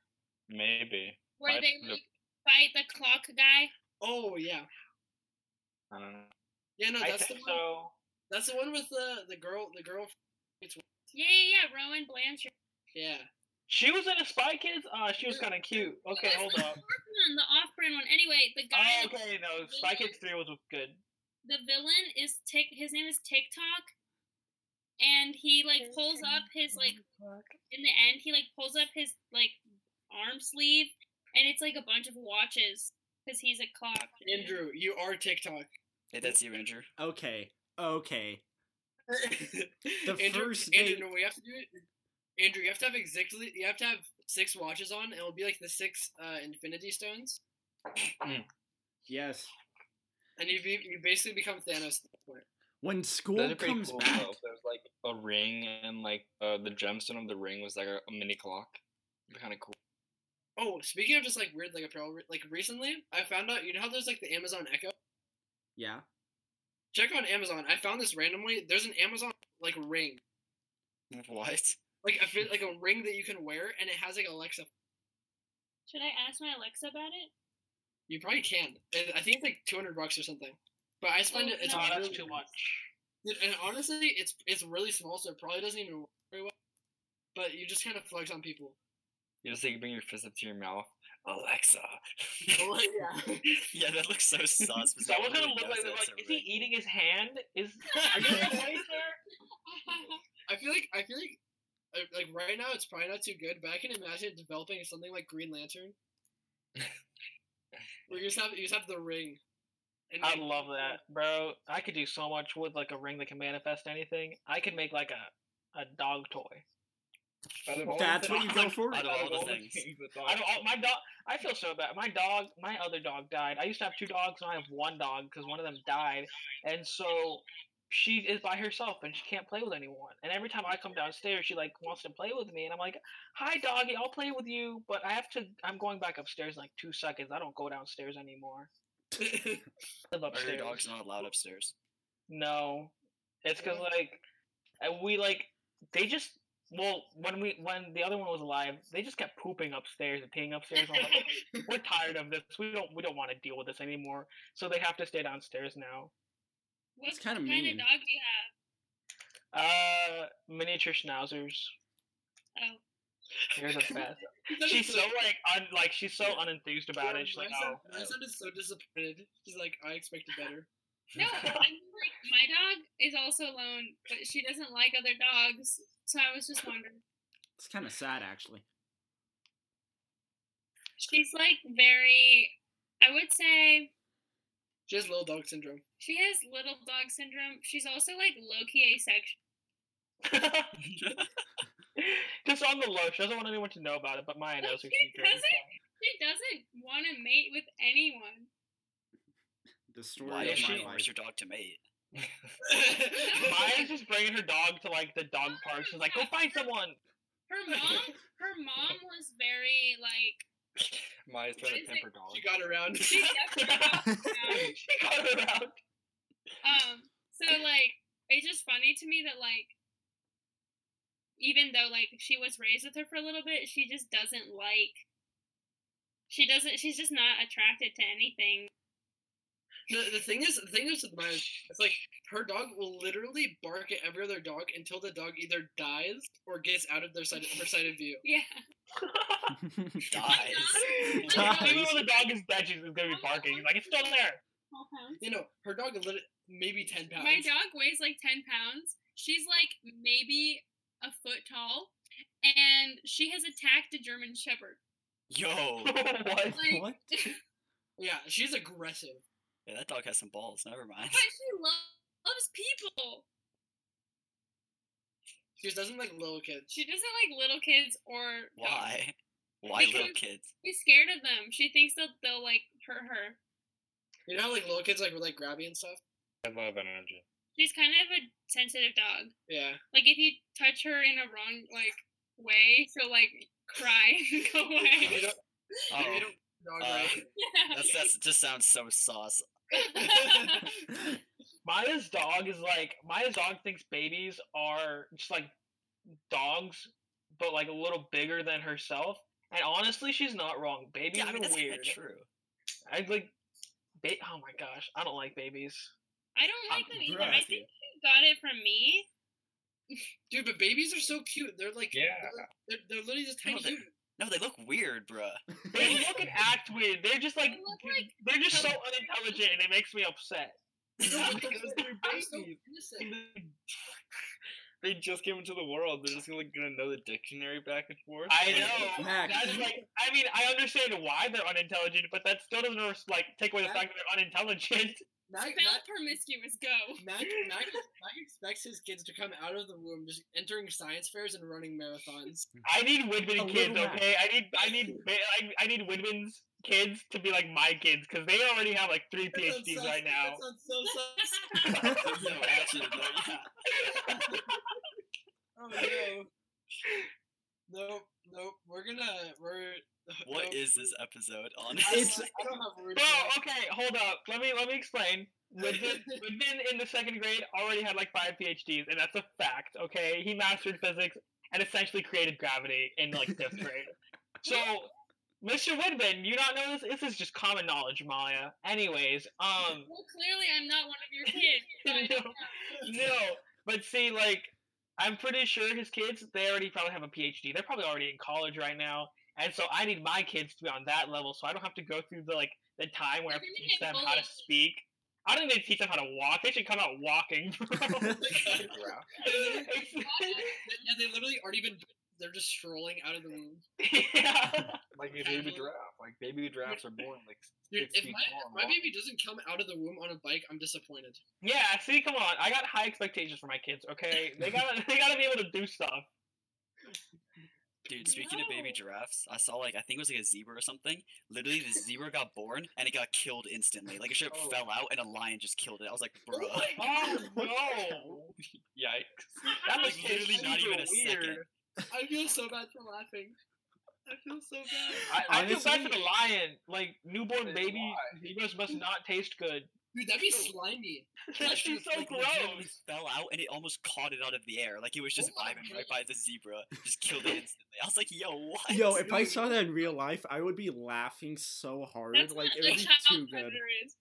Speaker 6: maybe.
Speaker 4: where
Speaker 6: Five
Speaker 4: they
Speaker 6: to the-
Speaker 4: like fight the clock guy.
Speaker 2: Oh yeah,
Speaker 6: I don't know.
Speaker 2: yeah. No,
Speaker 3: I
Speaker 2: that's the
Speaker 3: think
Speaker 2: one.
Speaker 3: so.
Speaker 2: That's the one with the the girl. The girl.
Speaker 4: Yeah, yeah, yeah. Rowan Blanchard.
Speaker 2: Yeah.
Speaker 3: She was in a Spy Kids. Uh, she was kind of cute. Okay, hold
Speaker 4: the fourth
Speaker 3: up.
Speaker 4: one, the off-brand one. Anyway, the guy,
Speaker 3: Oh, okay, no, Spy Kids three was good.
Speaker 4: the villain is Tick. His name is TikTok, and he like pulls up his like in the end. He like pulls up his like arm sleeve, and it's like a bunch of watches because he's a clock.
Speaker 2: Andrew, you are TikTok.
Speaker 5: Hey, that's you, Andrew.
Speaker 1: Okay. Okay.
Speaker 2: the
Speaker 1: first
Speaker 2: Andrew,
Speaker 1: date-
Speaker 2: no, we have to do it. Andrew, you have to have exactly. You have to have six watches on, and it'll be like the six uh, Infinity Stones,
Speaker 1: Yes.
Speaker 2: and you be, you basically become Thanos. At that point.
Speaker 1: When
Speaker 6: Those
Speaker 1: school
Speaker 6: are pretty
Speaker 1: comes
Speaker 6: cool
Speaker 1: back.
Speaker 6: though. There's like a ring and like uh, the gemstone of the ring was like a, a mini clock. Kind of cool.
Speaker 2: Oh, speaking of just like weird like apparel, re- like recently I found out. You know how there's like the Amazon Echo.
Speaker 1: Yeah.
Speaker 2: Check on Amazon. I found this randomly. There's an Amazon like ring,
Speaker 5: What? [laughs]
Speaker 2: like a fit, like a ring that you can wear, and it has like Alexa.
Speaker 4: Should I ask my Alexa about it?
Speaker 2: You probably can. I- I think it's like 200 bucks or something. But I spend it. It's
Speaker 3: No,
Speaker 4: Oh,
Speaker 3: that's
Speaker 2: really-
Speaker 3: too much.
Speaker 2: Dude, and honestly, it's it's really small, so it probably doesn't even work very well. But you just kind of flex on people.
Speaker 3: [laughs]
Speaker 6: You just like bring your fist up to your mouth Alexa.
Speaker 2: Well, yeah.
Speaker 5: yeah, that looks
Speaker 3: [laughs]
Speaker 5: so sus. but
Speaker 3: That was
Speaker 5: nobody
Speaker 3: gonna look
Speaker 5: knows
Speaker 3: like,
Speaker 5: that's
Speaker 3: like
Speaker 5: a
Speaker 3: is he
Speaker 5: ring.
Speaker 3: eating his hand? Is are you awake there?
Speaker 2: [laughs] I feel like I feel like uh, like right now it's probably not too good, but I can imagine developing something like Green
Speaker 3: [laughs]
Speaker 2: Lantern, where you just have you just have the ring. And
Speaker 3: I
Speaker 2: like,
Speaker 3: love
Speaker 2: [laughs]
Speaker 3: that, bro. I could do so much with like a ring that can manifest anything. I could make like a a dog toy.
Speaker 6: Out of all
Speaker 1: That's
Speaker 6: the
Speaker 1: what
Speaker 6: [laughs]
Speaker 1: you go for.
Speaker 5: I
Speaker 6: out
Speaker 5: don't-
Speaker 6: of
Speaker 5: all the
Speaker 6: all the
Speaker 5: things.
Speaker 6: things that
Speaker 3: I
Speaker 6: [laughs]
Speaker 3: don't.
Speaker 6: dogs-
Speaker 3: oh, My dog. I feel so bad. My dog. My other dog died. I used to have two dogs. Now I have one dog because one of them died, and so she is by herself and she can't play with anyone. And every time I come downstairs, she like wants to play with me, and I'm like, "Hi, doggy. I'll play with you, but I have to. I'm going back upstairs in like two seconds. I don't go downstairs anymore. I
Speaker 5: Are
Speaker 3: live
Speaker 5: your
Speaker 3: upstairs.
Speaker 5: dogs not allowed upstairs?
Speaker 3: No, it's because like uh, we like they just well when we when the other one was alive they just kept pooping upstairs and peeing upstairs. I'm like, we're tired of this. We don't we don't want to deal with this anymore. So they have to stay downstairs now.
Speaker 4: What
Speaker 1: kinda
Speaker 4: kind
Speaker 1: mean.
Speaker 4: of dog do you have?
Speaker 3: Uh, miniature schnauzers.
Speaker 4: Oh.
Speaker 3: They're the best.
Speaker 2: That is [laughs]
Speaker 3: she's so like un like she's so
Speaker 5: Yeah.
Speaker 3: unenthused about
Speaker 2: Yeah,
Speaker 3: it. She's like,
Speaker 2: Max
Speaker 3: oh,
Speaker 2: sound- Max sounded so disappointed. She's like, I expected better.
Speaker 4: No, I'm like my dog is also alone, but she doesn't like other dogs. So I was just wondering.
Speaker 1: It's kind of sad, actually.
Speaker 4: She's like very. I would say
Speaker 2: She has little dog syndrome. [laughs]
Speaker 4: she has little dog syndrome. She's also like low key asexual.
Speaker 3: [laughs] just on the low. She doesn't want anyone to know about it, but Maya knows her
Speaker 4: She
Speaker 3: secret.
Speaker 4: doesn't? She doesn't want to mate with anyone.
Speaker 1: The story
Speaker 5: Why
Speaker 1: of
Speaker 5: is
Speaker 1: my
Speaker 5: she
Speaker 1: life.
Speaker 5: where's your dog to
Speaker 3: [laughs]
Speaker 5: mate? [laughs]
Speaker 3: Maya's just bringing her dog to like the dog park. She's like, go find someone. [laughs]
Speaker 4: Her mom, her mom was very like.
Speaker 6: Maya's trying to
Speaker 4: Is it-
Speaker 6: pamper dog.
Speaker 2: She got
Speaker 3: [laughs]
Speaker 2: around. [laughs]
Speaker 4: She definitely got around.
Speaker 3: she got her out.
Speaker 4: Um, so like it's just funny to me that like even though like she was raised with her for a little bit, she just doesn't like she doesn't she's just not attracted to anything. [laughs]
Speaker 2: The, the thing is, the thing is with mine, it's like her dog will literally bark at every other dog until the dog either dies or gets out of their side of her side of view.
Speaker 4: Yeah.
Speaker 1: [laughs]
Speaker 5: Dies.
Speaker 1: Guys.
Speaker 3: Even when the dog is dead, she's gonna be barking. He's like, it's still there. [laughs]
Speaker 2: You know, her dog lit- maybe ten pounds.
Speaker 4: My dog weighs like ten pounds. She's like maybe a foot tall and she has attacked a German shepherd.
Speaker 3: [laughs]
Speaker 5: Yo,
Speaker 3: what?
Speaker 4: Like
Speaker 1: what?
Speaker 2: Yeah, she's aggressive.
Speaker 5: yeah, that dog has some balls. Never mind.
Speaker 3: [laughs]
Speaker 4: but she lo- loves people.
Speaker 2: She just doesn't like little kids.
Speaker 4: She doesn't like little kids or dogs.
Speaker 5: Why? Why little
Speaker 4: Because-
Speaker 3: [laughs]
Speaker 5: kids?
Speaker 4: She's scared of them. She thinks that they'll like hurt her.
Speaker 2: You know how like little kids like were like grabby and stuff.
Speaker 6: I love energy.
Speaker 4: She's kind of a sensitive dog.
Speaker 2: Yeah,
Speaker 4: Like if you touch her in a wrong like way, she'll like cry and [laughs] [laughs] go
Speaker 2: you
Speaker 4: away.
Speaker 2: don't,
Speaker 5: Oh,
Speaker 2: you don't dog
Speaker 5: uh,
Speaker 2: right.
Speaker 5: [laughs] that's that's just sounds so sauce. [laughs]
Speaker 3: Maya's dog is like Maya's dog thinks babies are just like dogs, but like a little bigger than herself. And honestly, she's not wrong. Babies
Speaker 5: Yeah, I mean
Speaker 3: are
Speaker 5: that's kinda
Speaker 3: weird.
Speaker 5: true.
Speaker 3: I like. Ba- oh my gosh, I don't like babies.
Speaker 4: [laughs]
Speaker 5: [laughs]
Speaker 4: I don't like them either.
Speaker 5: Bruh.
Speaker 4: I think she got it from me.
Speaker 2: Dude, but babies are so cute. They're like
Speaker 6: Yeah. [laughs]
Speaker 2: they're, they're literally just
Speaker 5: No,
Speaker 2: tiny.
Speaker 5: they're-
Speaker 2: humans.
Speaker 5: [laughs] No, they look weird, bruh.
Speaker 3: They look and act weird. They're just like
Speaker 4: They look like-
Speaker 3: they're just so unintelligent, and it makes me upset.
Speaker 2: No, because [laughs] they're
Speaker 3: babies.
Speaker 2: so innocent.
Speaker 6: They just came into the world. They're just gonna, like, gonna know the dictionary back and forth.
Speaker 3: I
Speaker 6: Like,
Speaker 3: know.
Speaker 1: Max.
Speaker 3: That's like, I mean, I understand why they're unintelligent, but that still doesn't res- like take away the
Speaker 2: That-
Speaker 3: fact that they're unintelligent.
Speaker 2: Mac,
Speaker 4: Spell
Speaker 2: Mac,
Speaker 4: promiscuous go.
Speaker 2: Mac, Mac, Mac expects his kids to come out of the womb, just entering science fairs and running marathons.
Speaker 3: I need
Speaker 1: A
Speaker 3: Widman kids,
Speaker 1: little
Speaker 3: okay? I need, I need, ba- I, I need Widman's kids to be like my kids because they already have like three
Speaker 2: That sounds
Speaker 3: PhDs
Speaker 2: sus.
Speaker 3: right now.
Speaker 2: That sounds so [laughs] sus.
Speaker 3: [laughs]
Speaker 5: [laughs] There's no action, though, [laughs] yeah.
Speaker 2: Oh no. Nope, nope. We're gonna we're
Speaker 5: What
Speaker 2: nope.
Speaker 5: is this episode on?
Speaker 2: I don't,
Speaker 1: It's-
Speaker 2: I don't have words.
Speaker 3: Bro,
Speaker 2: for
Speaker 3: okay, hold up. Let me let me explain. Widman,
Speaker 2: [laughs]
Speaker 3: Widman in the second grade already had like five PhDs, and that's a fact. Okay, he mastered physics and essentially created gravity in like fifth grade. So, Mr. Widman, you not know this? This is just common knowledge, Maya. Anyways, um,
Speaker 4: [laughs] Well, clearly I'm not one of your kids. so I don't know.
Speaker 3: no, but see, like, I'm pretty sure his kids they already probably have a PhD. They're probably already in college right now. And so I need my kids to be on that level, so I don't have to go through the like the time where I have to
Speaker 4: Doesn't it
Speaker 3: teach them how to
Speaker 4: bully?
Speaker 3: speak. I don't even teach them how to walk. They should come out walking, bro.
Speaker 5: [laughs]
Speaker 3: [laughs]
Speaker 6: Wow.
Speaker 3: It's-
Speaker 2: Yeah, they literally aren't even. They're just strolling out of the womb.
Speaker 3: yeah.
Speaker 6: Like a baby giraffe. Like baby giraffes are born like
Speaker 2: Dude,
Speaker 6: six
Speaker 2: if
Speaker 6: feet
Speaker 2: my,
Speaker 6: tall.
Speaker 2: if
Speaker 6: and
Speaker 2: my
Speaker 6: walk-
Speaker 2: baby doesn't come out of the womb on a bike, I'm disappointed.
Speaker 3: Yeah, see, come on. I got high expectations for my kids. Okay, they gotta [laughs] they gotta be able to do
Speaker 5: [laughs]
Speaker 3: stuff.
Speaker 5: Dude, speaking of baby
Speaker 4: No.
Speaker 5: giraffes, I saw like I think it was like a zebra or something. Literally, the zebra got born and it got killed instantly. Like it straight up
Speaker 6: Oh.
Speaker 5: fell out and a lion just killed it. I was like, bro,
Speaker 3: Oh
Speaker 6: What the
Speaker 3: no!
Speaker 6: hell? Yikes.
Speaker 3: That was
Speaker 5: like literally
Speaker 3: super
Speaker 5: not even a second.
Speaker 3: weird.
Speaker 2: I feel so bad for laughing. I feel so bad.
Speaker 3: I, I feel bad for
Speaker 1: Honestly-
Speaker 3: the lion. Like newborn
Speaker 6: That's
Speaker 3: baby,
Speaker 6: why.
Speaker 3: zebras must not taste
Speaker 2: [laughs]
Speaker 3: good.
Speaker 2: Dude, that'd be slimy.
Speaker 3: That's
Speaker 5: Like,
Speaker 3: just so
Speaker 5: like, legitimately
Speaker 3: gross. [laughs]
Speaker 5: Fell out and it almost caught it out of the air. Like it was just
Speaker 2: Oh my
Speaker 5: vibing right by the zebra, just killed it instantly. I was like, yo, what?
Speaker 1: Yo, if I saw that in real life, I would be laughing so hard.
Speaker 4: That's
Speaker 1: like,
Speaker 4: what
Speaker 1: it
Speaker 4: a
Speaker 1: would be
Speaker 4: child
Speaker 1: too good.
Speaker 4: predator is.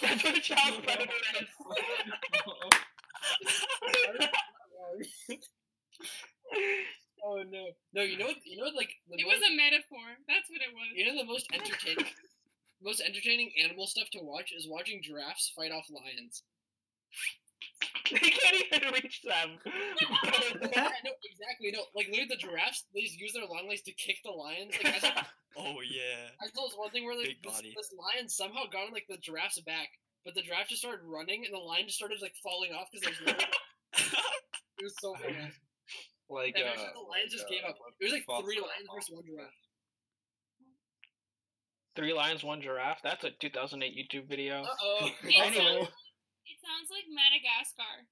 Speaker 3: That's what a child predator is.
Speaker 2: [laughs] oh no. No, you know what? You know what? Like the
Speaker 4: It
Speaker 2: most,
Speaker 4: was a metaphor. That's what it was.
Speaker 2: you know the most entertaining, most entertaining animal stuff to watch is watching giraffes fight off lions.
Speaker 3: [laughs] They can't even reach them. [laughs]
Speaker 2: yeah, no, exactly. No, like literally the giraffes, they just use their long legs to kick the lions. Like I saw,
Speaker 5: Oh yeah. [laughs]
Speaker 2: I saw this one thing where like
Speaker 5: Big
Speaker 2: this,
Speaker 5: body.
Speaker 2: this lion somehow got on like the giraffe's back, but the giraffe just started running and the lion just started like falling off because there's no. It was so funny.
Speaker 6: Like
Speaker 2: And
Speaker 6: uh,
Speaker 2: eventually the lions just
Speaker 6: uh,
Speaker 2: gave up. It was like
Speaker 6: Fox-
Speaker 2: three lions versus one giraffe.
Speaker 3: Three lions, one giraffe. That's a 2008 YouTube video.
Speaker 2: Uh [laughs] oh.
Speaker 4: It
Speaker 3: Anyway.
Speaker 4: sounds, it sounds like Madagascar.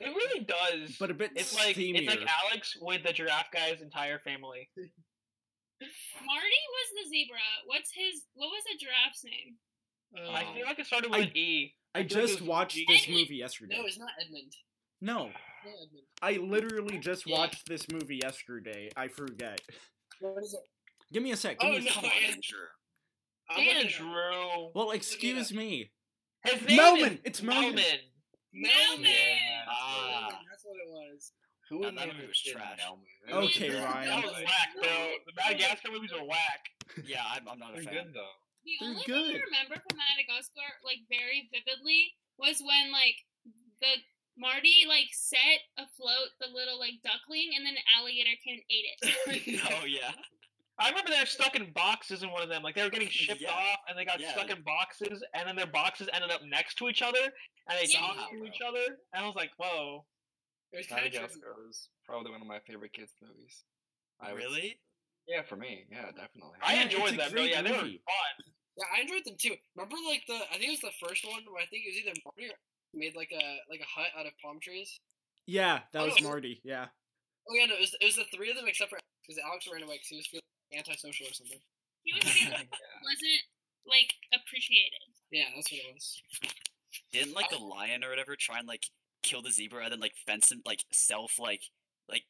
Speaker 3: It really does.
Speaker 1: But a bit
Speaker 3: it's like
Speaker 1: steamier.
Speaker 3: it's like Alex with the giraffe guy's entire family.
Speaker 4: Marty was the zebra. What's his? What was the giraffe's name?
Speaker 3: I
Speaker 2: Oh.
Speaker 3: feel like it started
Speaker 1: I-
Speaker 3: with an E.
Speaker 1: I
Speaker 3: feel like
Speaker 1: just
Speaker 3: it was
Speaker 1: watched
Speaker 3: G-
Speaker 1: this movie yesterday.
Speaker 2: no, it's not Edmund.
Speaker 1: No,
Speaker 2: It's not Edmund.
Speaker 1: I literally just
Speaker 2: Yeah.
Speaker 1: watched this movie yesterday. I forget.
Speaker 2: What is it?
Speaker 1: Give me a sec. Give
Speaker 2: Oh,
Speaker 1: me a
Speaker 2: no,
Speaker 1: sec.
Speaker 5: Come on,
Speaker 2: it's-
Speaker 5: Andrew.
Speaker 2: I'm looking it up.
Speaker 3: Andrew.
Speaker 1: Well, excuse me.
Speaker 3: His name
Speaker 1: Melman!
Speaker 3: is
Speaker 1: It's Melman!
Speaker 2: Melman.
Speaker 4: Melman!
Speaker 5: Ah.
Speaker 2: That's what it was.
Speaker 6: Who
Speaker 5: Now
Speaker 6: would
Speaker 5: that
Speaker 6: name
Speaker 5: movie
Speaker 6: a
Speaker 5: was
Speaker 6: kid
Speaker 5: trash.
Speaker 6: Melman? That was
Speaker 1: Okay,
Speaker 6: bad.
Speaker 1: Ryan.
Speaker 3: [laughs] That was whack, bro. The Madagascar movies are whack.
Speaker 5: Yeah, I'm, I'm not a
Speaker 6: They're
Speaker 5: fan.
Speaker 6: good though.
Speaker 4: The
Speaker 1: They're
Speaker 4: only thing
Speaker 1: good.
Speaker 4: I remember from Madagascar, like very vividly, was when like the Marty like set afloat the little like duckling, and then an alligator came and ate it.
Speaker 5: [laughs] Oh yeah.
Speaker 3: I remember they were stuck in boxes in one of them. Like they were getting shipped
Speaker 5: Yeah.
Speaker 3: off, and they got
Speaker 5: Yeah.
Speaker 3: stuck in boxes, and then their boxes ended up next to each other, and they
Speaker 4: Yeah.
Speaker 3: talked to each other. And I was like, "Whoa,
Speaker 2: It was kind of
Speaker 6: Madagascar was probably one of my favorite kids movies. I would-
Speaker 5: really?
Speaker 6: Yeah, for me. Yeah, definitely.
Speaker 3: I
Speaker 1: Yeah, it's
Speaker 3: enjoyed
Speaker 1: a
Speaker 3: them, bro.
Speaker 1: great
Speaker 3: Yeah, they were
Speaker 1: movie.
Speaker 3: fun."
Speaker 2: Yeah, I enjoyed them too. Remember, like the I think it was the first one where I think it was either Marty or made like a like a hut out of palm trees.
Speaker 1: Yeah, that
Speaker 2: Oh,
Speaker 1: was
Speaker 2: no.
Speaker 1: Marty. Yeah.
Speaker 2: Oh yeah, no, it was, it was the three of them except for because Alex ran away because he was feeling antisocial or something.
Speaker 4: He was being, like, wasn't like appreciated.
Speaker 2: Yeah, that's what it was.
Speaker 5: Didn't like the lion or whatever try and like kill the zebra and then like fence him like self like like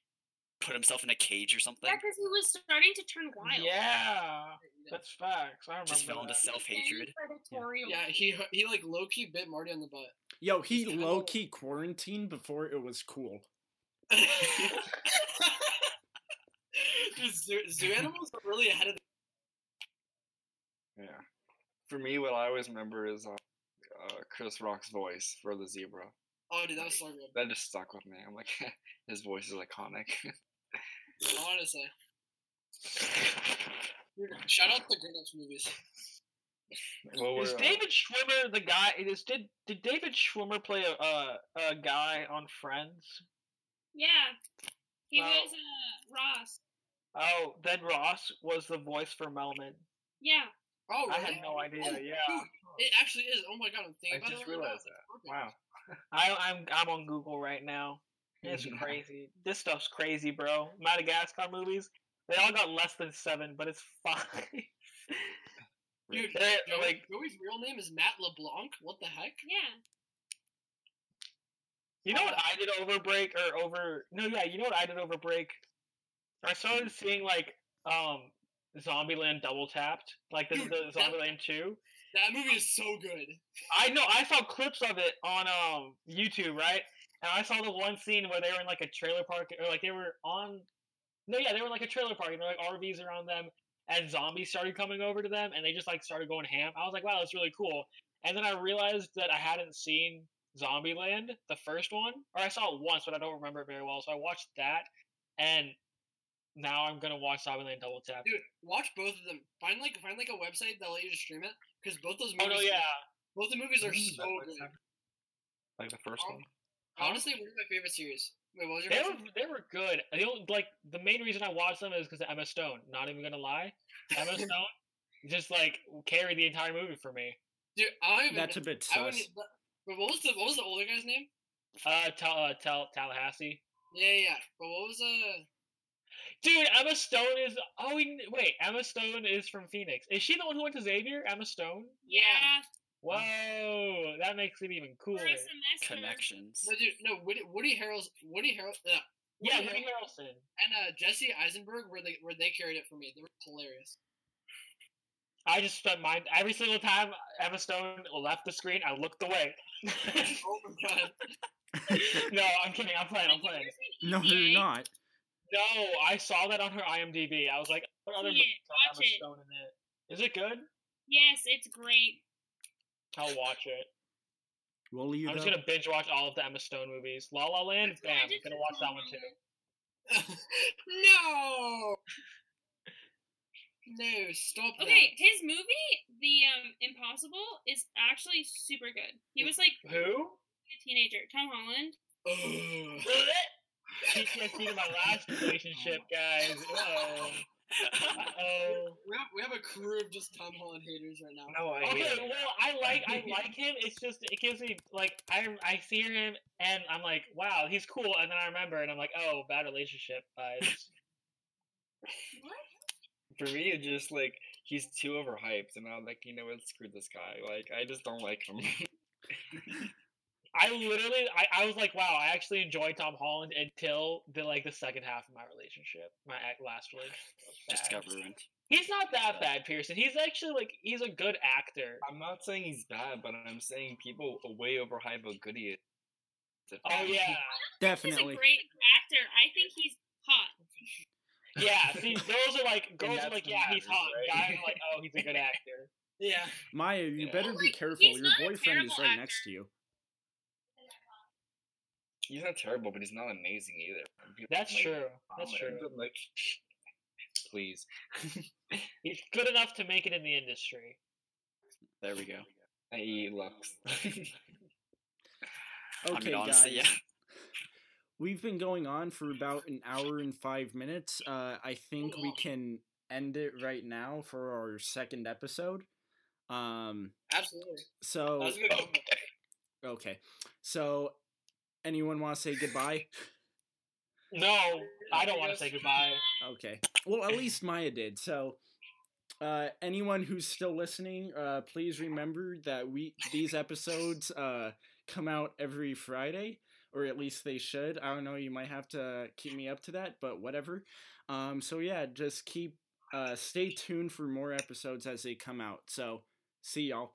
Speaker 5: put himself in a cage or something?
Speaker 4: Yeah, because he was starting to turn wild.
Speaker 3: Yeah, that's facts. I remember
Speaker 5: Just fell into
Speaker 3: that.
Speaker 5: self hatred.
Speaker 4: Predatory.
Speaker 2: [laughs] Yeah, he he like low key bit Marty on the butt. [laughs]
Speaker 1: Yo, he
Speaker 2: He's kinda-
Speaker 1: low key quarantined before it was cool.
Speaker 2: Dude, zoo, zoo animals are really ahead of.
Speaker 6: Yeah. For me, what I always remember is uh, uh, Chris Rock's voice for the zebra.
Speaker 2: The- oh, dude, that was so good.
Speaker 6: That just stuck with me. I'm like, [laughs] his voice is iconic. [laughs]
Speaker 2: Honestly, dude, shout out to the Green Ups movies.
Speaker 6: Well,
Speaker 3: Is
Speaker 6: we're, uh,
Speaker 3: David Schwimmer the guy? Is did did David Schwimmer play a a, a guy on Friends?
Speaker 4: Yeah. He
Speaker 3: Wow.
Speaker 4: was uh, Ross.
Speaker 3: Oh, then Ross was the voice for Melman.
Speaker 4: Yeah.
Speaker 2: Oh,
Speaker 3: I
Speaker 2: really?
Speaker 3: had no idea.
Speaker 2: Oh,
Speaker 3: Yeah,
Speaker 2: dude, it actually is. Oh my god, I'm thinking
Speaker 6: I
Speaker 2: about
Speaker 6: just
Speaker 2: it right now.
Speaker 6: realized
Speaker 2: It's perfect.
Speaker 6: that. wow.
Speaker 3: I, I'm I'm on Google right now. It's crazy. This stuff's crazy, bro. Madagascar movies. They all got less than seven, but it's [laughs] fine.
Speaker 2: Dude,
Speaker 3: They're,
Speaker 2: Joey,
Speaker 3: like
Speaker 2: Joey's real name is Matt LeBlanc. What the heck?
Speaker 4: Yeah.
Speaker 3: you know what I did over break or over no yeah you know what I did over break. I started seeing like um Zombieland double tapped like the,
Speaker 2: Dude,
Speaker 3: the
Speaker 2: that-
Speaker 3: Zombieland two.
Speaker 2: That movie is so good.
Speaker 3: I know I saw clips of it on um YouTube, right? And I saw the one scene where they were in like a trailer park or like they were on No, yeah, they were in, like a trailer park, and they're like RVs around them, and zombies started coming over to them, and they just like started going ham. I was like, wow, that's really cool. And then I realized that I hadn't seen Zombieland, the first one, or I saw it once, but I don't remember it very well. So I watched that, and now I'm gonna watch Zombieland Double Tap.
Speaker 2: Dude, watch both of them. Find like find like a website that'll let you just stream it because both those
Speaker 3: Oh
Speaker 2: movies.
Speaker 3: no, yeah, Mm-hmm.
Speaker 2: Both the movies are so
Speaker 6: Netflix
Speaker 2: good.
Speaker 6: have- Like the first
Speaker 2: Um,
Speaker 6: one.
Speaker 2: Honestly, one of my favorite series. Wait, what was your?
Speaker 3: they
Speaker 2: favorite
Speaker 3: were they were good. The only, like the main reason I watched them is because Emma Stone. Not even gonna lie, Emma Stone just like carried the entire movie for me.
Speaker 2: Dude, I don't even.
Speaker 1: That's a
Speaker 2: know-
Speaker 1: bit
Speaker 2: I wouldn't [laughs]
Speaker 1: sus. [laughs]
Speaker 2: even- But what was the what was the older guy's name?
Speaker 3: Uh, tell uh, tell Tallahassee.
Speaker 2: Yeah, yeah. yeah. But what was uh?
Speaker 3: Dude, Emma Stone is. Oh we, wait, Emma Stone is from Phoenix. Is she the one who went to Xavier? Emma Stone.
Speaker 4: Yeah,
Speaker 3: Whoa, that makes it even cooler.
Speaker 4: for a semester.
Speaker 5: Connections.
Speaker 2: No, dude, no. Woody, Woody Harrel's Woody Harrel. Uh,
Speaker 3: Yeah,
Speaker 2: Woody
Speaker 3: Woody
Speaker 2: Harrel
Speaker 3: Harrelson.
Speaker 2: and uh, Jesse Eisenberg were they were they carried it for me. They were hilarious.
Speaker 3: I just spent mine every single time Emma Stone left the screen. I looked away. [laughs]
Speaker 2: Oh my god.
Speaker 3: no, I'm kidding. I'm playing. I'm
Speaker 4: Have you
Speaker 3: playing.
Speaker 4: ever seen
Speaker 1: No, you're
Speaker 4: EVA?
Speaker 1: not.
Speaker 3: No, I saw that on her IMDb. I was like, what other
Speaker 4: Yeah,
Speaker 3: movies
Speaker 4: watch
Speaker 3: have Emma
Speaker 4: it.
Speaker 3: Stone in it? Is it good?
Speaker 4: Yes, it's great.
Speaker 3: I'll watch it.
Speaker 1: We'll leave
Speaker 3: I'm just
Speaker 1: that-
Speaker 3: gonna binge watch all of the Emma Stone movies. La La Land,
Speaker 4: That's what I
Speaker 3: bam,
Speaker 4: did
Speaker 3: gonna
Speaker 4: for
Speaker 3: watch
Speaker 4: La
Speaker 3: that
Speaker 4: La
Speaker 3: one too.
Speaker 4: Land.
Speaker 2: no. No, stop
Speaker 4: Okay, his movie, The um, Impossible, is actually super good. He was like
Speaker 3: Who?
Speaker 4: [laughs] a teenager, Tom Holland.
Speaker 2: that. Ugh.
Speaker 3: PTSD to my last relationship, guys. Oh, oh.
Speaker 2: We have, we have a crew of just Tom Holland haters right now.
Speaker 6: No, I
Speaker 3: Okay,
Speaker 6: hate it.
Speaker 3: well, I like
Speaker 6: [laughs]
Speaker 3: I like him. It's just it gives me like I I see him and I'm like, wow, he's cool. And then I remember and I'm like, oh, bad relationship vibes.
Speaker 6: For me, it's just like he's too overhyped, and I'm like, you know what? Screw this guy. Like, I just don't like him. [laughs]
Speaker 3: I literally I, I was like, wow, I actually enjoyed Tom Holland until the like the second half of my relationship, my ac-
Speaker 6: [sighs]
Speaker 3: last relationship. was
Speaker 5: [laughs] Just
Speaker 3: bad.
Speaker 5: got ruined.
Speaker 3: He's not that bad, Pearson. He's actually like he's a good actor.
Speaker 6: I'm not saying he's bad, but I'm saying people way overhype how good he is.
Speaker 3: Oh yeah.
Speaker 4: He's a
Speaker 1: Definitely.
Speaker 4: great actor. I think he's hot.
Speaker 6: [laughs]
Speaker 3: Yeah, see, girls are like girls are
Speaker 6: that's
Speaker 3: like,
Speaker 6: what
Speaker 3: yeah, he's
Speaker 6: matters,
Speaker 3: hot.
Speaker 6: right?
Speaker 3: Guys are like, oh, he's
Speaker 6: [laughs]
Speaker 3: a good actor.
Speaker 2: Yeah.
Speaker 1: Maya, you
Speaker 6: Yeah.
Speaker 1: better
Speaker 4: Oh
Speaker 1: be
Speaker 4: my-
Speaker 1: careful.
Speaker 4: he's
Speaker 1: Your
Speaker 4: not a
Speaker 1: boyfriend is
Speaker 4: terrible
Speaker 1: right
Speaker 4: actor.
Speaker 1: next to you.
Speaker 6: He's not terrible, but he's not amazing either. People
Speaker 3: That's
Speaker 6: like
Speaker 3: true. That's
Speaker 6: Tom
Speaker 3: true.
Speaker 6: Holland, but, like, [laughs] please. [laughs]
Speaker 3: He's good enough to make it in the industry.
Speaker 5: There we go.
Speaker 6: I.e. Lux. [laughs]
Speaker 1: Okay,
Speaker 5: I mean, honestly,
Speaker 1: guys.
Speaker 5: yeah.
Speaker 1: We've been going on for about an hour and five minutes. Uh, I think we
Speaker 2: Cool.
Speaker 1: can end it right now for our second episode. Um,
Speaker 2: Absolutely. That
Speaker 1: so
Speaker 2: was a good combo.
Speaker 1: okay, so anyone want to say goodbye?
Speaker 3: No, I don't want to say goodbye.
Speaker 1: Okay. Well, at least Maya did. So, uh, anyone who's still listening, uh, please remember that we these episodes uh, come out every Friday, or at least they should. I don't know. You might have to keep me up to that, but whatever. Um, so yeah, just keep uh, stay tuned for more episodes as they come out. So, see y'all.